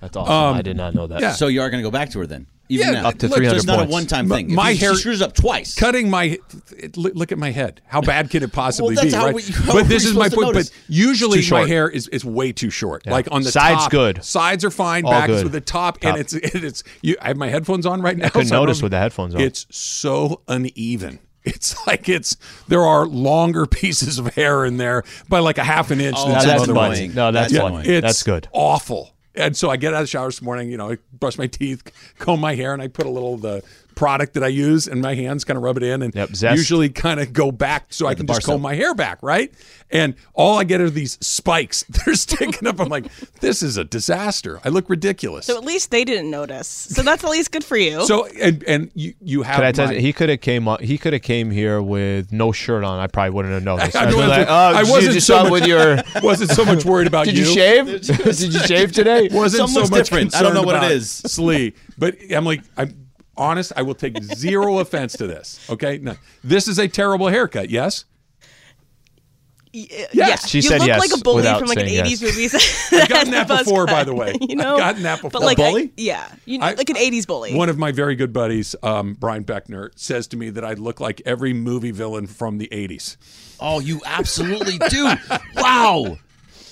Speaker 2: That's awesome. I did not know that.
Speaker 1: um, yeah.
Speaker 3: So you are going to go back to her then? Even
Speaker 1: Yeah,
Speaker 3: now.
Speaker 1: up to
Speaker 3: Look, so
Speaker 2: 300
Speaker 3: It's not a
Speaker 2: points.
Speaker 3: one-time
Speaker 1: My-
Speaker 3: thing. If
Speaker 1: my
Speaker 3: he- she
Speaker 1: hair-
Speaker 3: screws up twice.
Speaker 1: cutting my it- look look at my head. How bad could it possibly
Speaker 3: Well, that's
Speaker 1: be?
Speaker 3: how
Speaker 1: right?
Speaker 3: we- how
Speaker 1: but
Speaker 3: are
Speaker 1: this
Speaker 3: we
Speaker 1: is my
Speaker 3: supposed to
Speaker 1: point. But
Speaker 3: notice?
Speaker 1: usually
Speaker 2: It's too
Speaker 1: my
Speaker 2: short.
Speaker 1: hair is, is way too short. Like on the
Speaker 2: Sides
Speaker 1: top,
Speaker 2: good.
Speaker 1: Sides are fine.
Speaker 2: All
Speaker 1: back is
Speaker 2: good.
Speaker 1: with the top,
Speaker 2: Top.
Speaker 1: and it's and it's. You, I have my headphones on right now.
Speaker 2: couldn't
Speaker 1: so I don't
Speaker 2: notice
Speaker 1: know-
Speaker 2: with the headphones on.
Speaker 1: It's so uneven. It's like it's there are longer pieces of hair in there by like a half an inch.
Speaker 3: Oh,
Speaker 1: than
Speaker 2: No,
Speaker 1: some
Speaker 2: that's
Speaker 1: other
Speaker 2: fun.
Speaker 1: ones.
Speaker 3: annoying.
Speaker 2: No, that's,
Speaker 3: That's
Speaker 2: fun.
Speaker 3: annoying.
Speaker 1: It's
Speaker 2: That's good.
Speaker 1: Awful. And so I get out of the shower this morning, you know, I brush my teeth, comb my hair, and I put a little of the product that I use in my hands, kind of rub it in, and
Speaker 2: Yep, zest.
Speaker 1: usually kind of go back so I can
Speaker 3: bar
Speaker 1: just comb
Speaker 3: soap.
Speaker 1: my hair back, right? And all I get are these spikes. They're sticking up. I'm like, this is a disaster. I look ridiculous.
Speaker 7: So
Speaker 1: So,
Speaker 7: at least they didn't notice. So that's at least good for you.
Speaker 1: and and you you have
Speaker 2: Could I tell
Speaker 1: my-
Speaker 2: you, he could have came on, he could have came here with no shirt on. I probably wouldn't have noticed.
Speaker 1: I
Speaker 2: I'd be
Speaker 1: wasn't-
Speaker 2: like, oh,
Speaker 1: I
Speaker 2: you
Speaker 1: wasn't
Speaker 2: just
Speaker 1: so
Speaker 2: saw
Speaker 1: much-
Speaker 2: with your.
Speaker 1: wasn't so much worried about
Speaker 2: Did you shave? Did you shave today?
Speaker 1: wasn't
Speaker 3: Some
Speaker 1: so
Speaker 3: looks
Speaker 1: much
Speaker 3: different. I don't know
Speaker 1: concerned
Speaker 3: what it
Speaker 1: about
Speaker 3: is.
Speaker 1: Slee, but I'm like, I'm honest. I will take zero offense to this. Okay, no, this is a terrible haircut. Yes,
Speaker 7: yes,
Speaker 2: She
Speaker 7: you
Speaker 2: said
Speaker 7: look
Speaker 2: yes
Speaker 7: like a bully
Speaker 2: without
Speaker 7: from like an
Speaker 2: saying yes.
Speaker 7: '80s movie.
Speaker 1: I've gotten that before, by the way.
Speaker 7: You know,
Speaker 1: I've gotten that before.
Speaker 7: But like,
Speaker 3: A
Speaker 7: I-
Speaker 3: bully?
Speaker 7: yeah, you
Speaker 1: I-
Speaker 7: like an '80s bully.
Speaker 1: one of my very good buddies, um, Brian Beckner, says to me that I look like every movie villain from the '80s.
Speaker 3: Oh, you absolutely do. wow.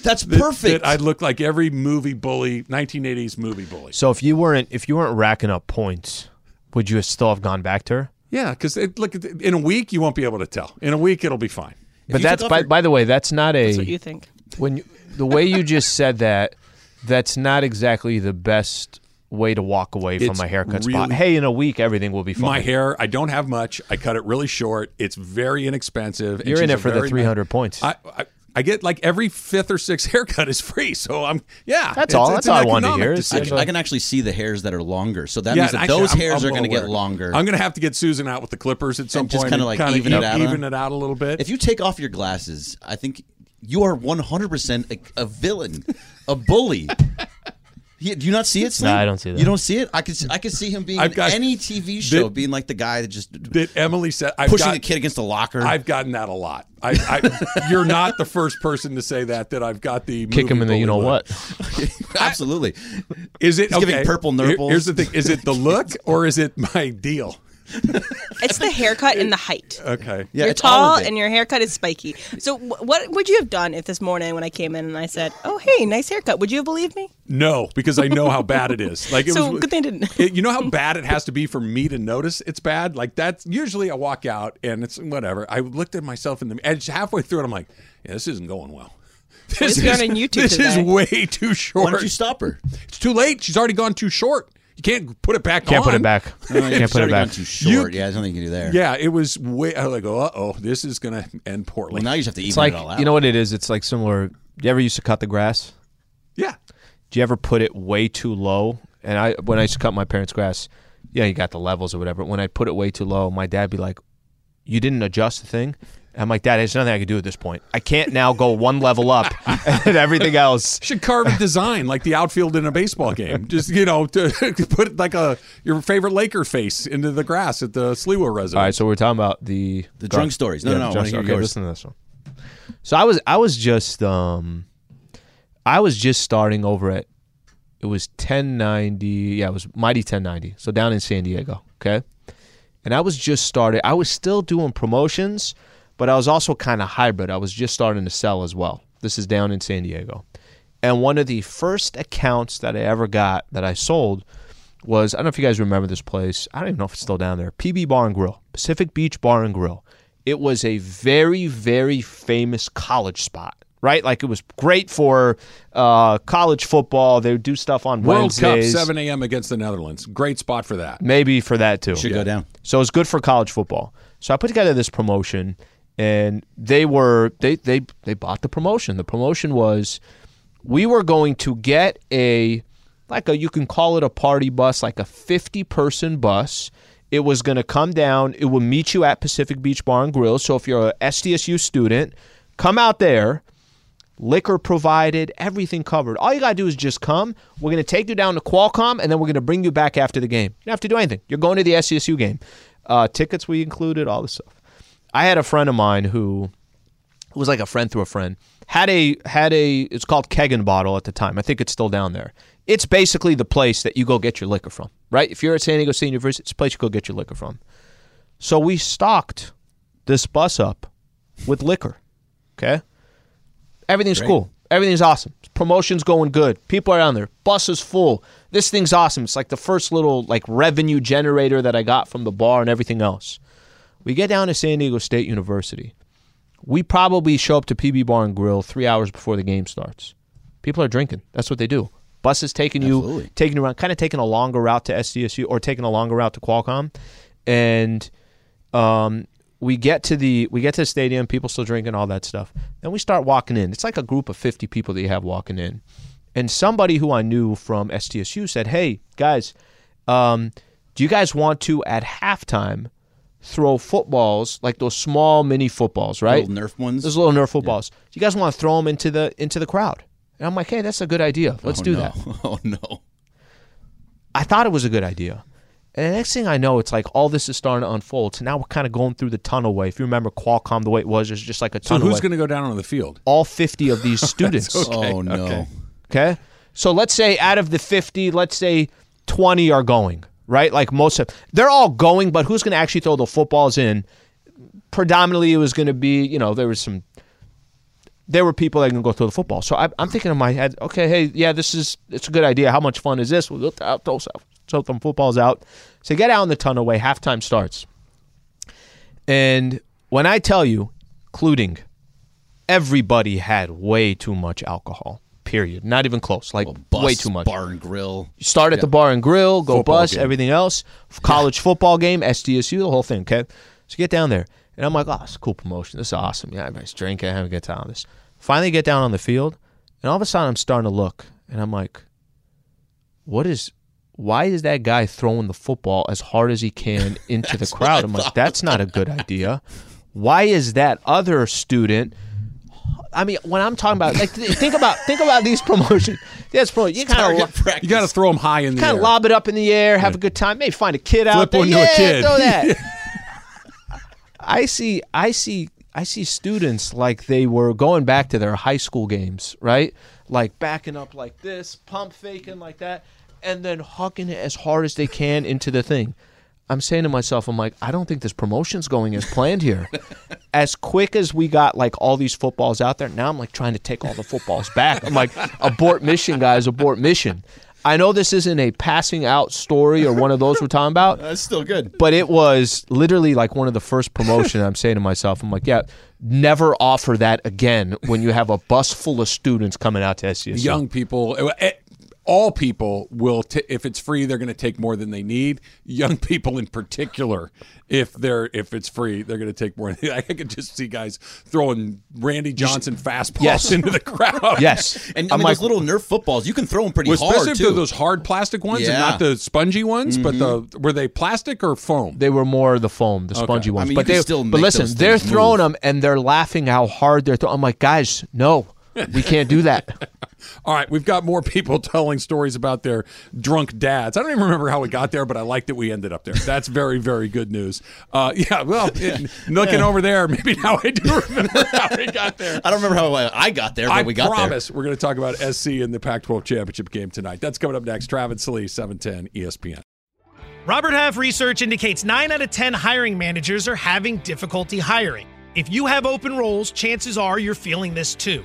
Speaker 3: That's perfect.
Speaker 1: That I look like every movie bully, 1980s movie bully.
Speaker 2: So if you weren't if you weren't racking up points, would you have still have gone back to her?
Speaker 1: Yeah, because look, in a week you won't be able to tell. In a week it'll be fine.
Speaker 2: But
Speaker 3: you took
Speaker 2: that's
Speaker 3: off
Speaker 2: by,
Speaker 3: your-
Speaker 2: by the way, that's not a
Speaker 7: That's what you think.
Speaker 2: when you, the way you just said that. That's not exactly the best way to walk away from
Speaker 1: It's
Speaker 2: a haircut spot.
Speaker 1: really-
Speaker 2: Hey, in a week everything will be fine.
Speaker 1: My hair, I don't have much. I cut it really short. It's very inexpensive. and
Speaker 2: You're in
Speaker 1: she's
Speaker 2: it
Speaker 1: a
Speaker 2: for the
Speaker 1: very
Speaker 2: 300
Speaker 1: nice-
Speaker 2: points.
Speaker 1: I, I I get like every fifth or sixth haircut is free, so I'm yeah.
Speaker 2: That's
Speaker 1: it's-
Speaker 2: all-
Speaker 1: it's
Speaker 2: that's
Speaker 1: an
Speaker 2: all I wanted to
Speaker 1: economic
Speaker 2: hear is-
Speaker 3: I
Speaker 1: decision.
Speaker 3: can, I can actually see the hairs that are longer. So that
Speaker 1: Yeah,
Speaker 3: means
Speaker 1: and
Speaker 3: that
Speaker 1: actually,
Speaker 3: those
Speaker 1: I'm-
Speaker 3: hairs
Speaker 1: I'm
Speaker 3: are going to
Speaker 1: well
Speaker 3: get
Speaker 1: aware.
Speaker 3: longer.
Speaker 1: I'm going to have to get Susan out with the clippers at some
Speaker 3: And just
Speaker 1: point.
Speaker 3: kinda,
Speaker 1: and
Speaker 3: like,
Speaker 1: kinda e-
Speaker 3: even it out on-
Speaker 1: even it out a little bit.
Speaker 3: if you take off your glasses, I think you are 100% a, a villain, a bully. He- do you not see it? Slim?
Speaker 2: No, I don't see that.
Speaker 3: You don't see it? I could see- I could see him being
Speaker 1: I've
Speaker 3: in
Speaker 1: got-
Speaker 3: any TV show,
Speaker 1: Did-
Speaker 3: being like the guy that just
Speaker 1: that Emily said, I've
Speaker 3: pushing
Speaker 1: got,
Speaker 3: the kid against the locker.
Speaker 1: I've gotten that a lot. I, I, you're not the first person to say that. That I've got the
Speaker 2: Kick him
Speaker 1: movie
Speaker 2: in the you
Speaker 1: bully
Speaker 2: know
Speaker 1: look.
Speaker 2: what?
Speaker 3: Absolutely.
Speaker 1: Is it
Speaker 3: He's giving
Speaker 1: okay,
Speaker 3: purple
Speaker 1: here-
Speaker 3: nurples.
Speaker 1: Here's the thing: is it the look or is it my deal?
Speaker 7: It's the haircut and the height.
Speaker 1: Okay.
Speaker 3: Uh, Yeah,
Speaker 7: you're
Speaker 3: it's all
Speaker 7: tall
Speaker 3: of it.
Speaker 7: and your haircut is spiky. So wh- what would you have done if this morning when I came in and I said, "Oh, hey, nice haircut," would you have believed me?
Speaker 1: No, because I know how bad it is. Like it
Speaker 7: So,
Speaker 1: was,
Speaker 7: good thing I didn't.
Speaker 1: It- you know how bad it has to be for me to notice it's bad. Like that's usually I walk out and it's whatever. I looked at myself in the and halfway through it, I'm like, yeah, this isn't going well. This
Speaker 7: It's going on YouTube
Speaker 1: This is
Speaker 7: today.
Speaker 1: way too short.
Speaker 3: Why don't you stop her?
Speaker 1: It's too late. She's already gone too short. You can't put it back.
Speaker 2: Can't put
Speaker 1: on.
Speaker 2: it back. Can't
Speaker 3: It's
Speaker 2: put it
Speaker 3: already
Speaker 2: back.
Speaker 3: gone too short. yeah, there's nothing you can do there.
Speaker 1: Yeah, it was way. I was like, uh oh, this is gonna end poorly.
Speaker 3: Well, now you just have to even
Speaker 2: It's like
Speaker 3: it all out.
Speaker 2: you know what it is. It's like similar. You ever used to cut the grass?
Speaker 1: yeah,
Speaker 2: Do you ever put it way too low? And I, when I used to cut my parents' grass, yeah, you got the levels or whatever. When I put it way too low, my dad'd be like, "You didn't adjust the thing." I'm like, "Dad, there's nothing I can do at this point. I can't now go one level up and everything else."
Speaker 1: should carve a design like the outfield in a baseball game. Just you know, to, put like a your favorite Laker face into the grass at the Sliwa residence.
Speaker 2: All right, so we're talking about the
Speaker 3: The drunk stories. No, no,
Speaker 2: the
Speaker 3: no, I
Speaker 2: drunk
Speaker 3: wanna hear
Speaker 2: story. Okay,
Speaker 3: yours.
Speaker 2: listen to this one. So I was, I was just, um, I was just starting over at, it was 1090. Yeah, it was Mighty 1090. So down in San Diego. Okay, and I was just started. I was still doing promotions, but I was also kind of hybrid. I was just starting to sell as well. This is down in San Diego, and one of the first accounts that I ever got that I sold was I don't know if you guys remember this place. I don't even know if it's still down there. PB Bar and Grill, Pacific Beach Bar and Grill. it was a very, very famous college spot, right? Like it was great for uh, college football. They would do stuff on
Speaker 1: World Cup,
Speaker 2: Wednesdays. Mm-hmm.
Speaker 1: 7 a.m. against the Netherlands. Great spot for that.
Speaker 2: Maybe for that too.
Speaker 3: Should go down.
Speaker 2: So it's good for college football. So I put together this promotion, and they were they they they bought the promotion. The promotion was we were going to get a like a you can call it a party bus, like a fifty person bus. It was going to come down. It would meet you at Pacific Beach Bar and Grill. So if you're a SDSU student, come out there liquor provided, everything covered. All you got to do is just come. We're going to take you down to Qualcomm, and then we're going to bring you back after the game. You don't have to do anything. You're going to the SCSU game. Uh, tickets we included, all this stuff. I had a friend of mine who who was like a friend through a friend had a had a it's called Kegan bottle at the time. I think it's still down there. It's basically the place that you go get your liquor from, right? If you're at San Diego State University, it's the place you go get your liquor from. So we stocked this bus up with liquor. Okay? Everything's cool. Everything's awesome. Promotion's going good. People are on there. Bus is full. This thing's awesome. It's like the first little like revenue generator that I got from the bar and everything else. We get down to San Diego State University. We probably show up to PB Bar and Grill three hours before the game starts. People are drinking. That's what they do. Bus is taking you,
Speaker 3: Absolutely.
Speaker 2: taking you around, kind of taking a longer route to SDSU or taking a longer route to Qualcomm, and um, we get to the we get to the stadium. People still drinking all that stuff. Then we start walking in. It's like a group of fifty people that you have walking in, and somebody who I knew from SDSU said, "Hey guys, um, do you guys want to at halftime?" Throw footballs like those small mini footballs, right?
Speaker 3: Little Nerf ones?
Speaker 2: Those little Nerf footballs. Do you guys want to throw them into the into the crowd? And I'm like, hey, that's a good idea. Let's
Speaker 3: Oh,
Speaker 2: do
Speaker 3: no.
Speaker 2: that.
Speaker 3: Oh no.
Speaker 2: I thought it was a good idea. And the next thing I know, it's like all this is starting to unfold. So now we're kind of going through the tunnel way. If you remember Qualcomm, the way it was, it's just like a
Speaker 1: So
Speaker 2: tunnel.
Speaker 1: who's
Speaker 2: way.
Speaker 1: going to go down on the field?
Speaker 2: all 50 of these students?
Speaker 3: oh no.
Speaker 2: Okay. So let's say out of the 50, let's say 20 are going, right? Like most of they're all going, but who's going to actually throw the footballs in? Predominantly, it was going to be, you know, there was some, there were people that can go throw the football. So I, I'm thinking in my head, okay, hey, yeah, this is, it's a good idea. How much fun is this? We'll go throw, throw, some- throw some footballs out. So get out in the tunnelway. Halftime starts. And when I tell you, including everybody had way too much alcohol. Period. Not even close. Like
Speaker 3: Bus,
Speaker 2: way too much.
Speaker 3: Bar and grill.
Speaker 2: You start at the bar and grill, go
Speaker 3: Football
Speaker 2: bus,
Speaker 3: game.
Speaker 2: everything else. F- College football game, SDSU, the whole thing. Okay, so get down there, and I'm like, oh, it's a cool promotion. This is awesome. Yeah, everybody's drinking, having a good time. This. Finally, get down on the field, and all of a sudden, I'm starting to look, and I'm like, what is? Why is that guy throwing the football as hard as he can into the crowd? I'm like, that's not a good idea. Why is that other student? I mean, when I'm talking about, like, th- think about think about these promotions. Yes, pro. You kind
Speaker 3: Target
Speaker 2: of
Speaker 1: You
Speaker 3: practice.
Speaker 1: got to throw them high in the
Speaker 2: kind
Speaker 1: air.
Speaker 2: of lob it up in the air, have a good time, maybe find a kid out
Speaker 1: Flip
Speaker 2: there.
Speaker 1: one to a
Speaker 2: yeah,
Speaker 1: kid.
Speaker 2: throw that. I see, I see, I see students like they were going back to their high school games, right? Like backing up like this, pump faking like that, and then hucking it as hard as they can into the thing. I'm saying to myself, I'm like, I don't think this promotion's going as planned here. as quick as we got like all these footballs out there, now I'm like trying to take all the footballs back. I'm like, abort mission, guys, abort mission. I know this isn't a passing out story or one of those we're talking about,
Speaker 3: That's still good.
Speaker 2: but it was literally like one of the first promotion I'm saying to myself, I'm like, yeah, never offer that again when you have a bus full of students coming out to SCSU.
Speaker 1: Young people, eh, eh, all people will, t- if it's free, they're going to take more than they need. Young people in particular, if they're if it's free, they're going to take more. I could just see guys throwing Randy Johnson fastballs
Speaker 2: Yes.
Speaker 1: into the crowd.
Speaker 2: Yes.
Speaker 3: And I
Speaker 2: I'm
Speaker 3: mean,
Speaker 2: like,
Speaker 3: those little Nerf footballs, you can throw them pretty
Speaker 1: Well, Especially
Speaker 3: hard
Speaker 1: if they're
Speaker 3: too.
Speaker 1: those hard plastic ones and
Speaker 3: Yeah.
Speaker 1: not the spongy ones, but the were they plastic or foam?
Speaker 2: they were more the foam, the spongy ones.
Speaker 3: mean, you
Speaker 2: but
Speaker 3: can
Speaker 2: they,
Speaker 3: still
Speaker 2: but
Speaker 3: make
Speaker 2: listen,
Speaker 3: those
Speaker 2: they're
Speaker 3: things
Speaker 2: throwing
Speaker 3: move.
Speaker 2: them and they're laughing how hard they're throwing. I'm like, guys, no, we can't do that.
Speaker 1: All right, we've got more people telling stories about their drunk dads. I don't even remember how we got there, but I like that we ended up there. That's very, very good news. Uh, yeah, well, it, looking over there, maybe now I do remember how we got there.
Speaker 3: I don't remember how I- I got there, but
Speaker 1: I
Speaker 3: we got
Speaker 1: promise we're going to talk about SC in the Pac-12 championship game tonight. That's coming up next. Travis Lee, E 710 ESPN.
Speaker 10: Robert Half research indicates 9 out of 10 hiring managers are having difficulty hiring. If you have open roles, chances are you're feeling this too.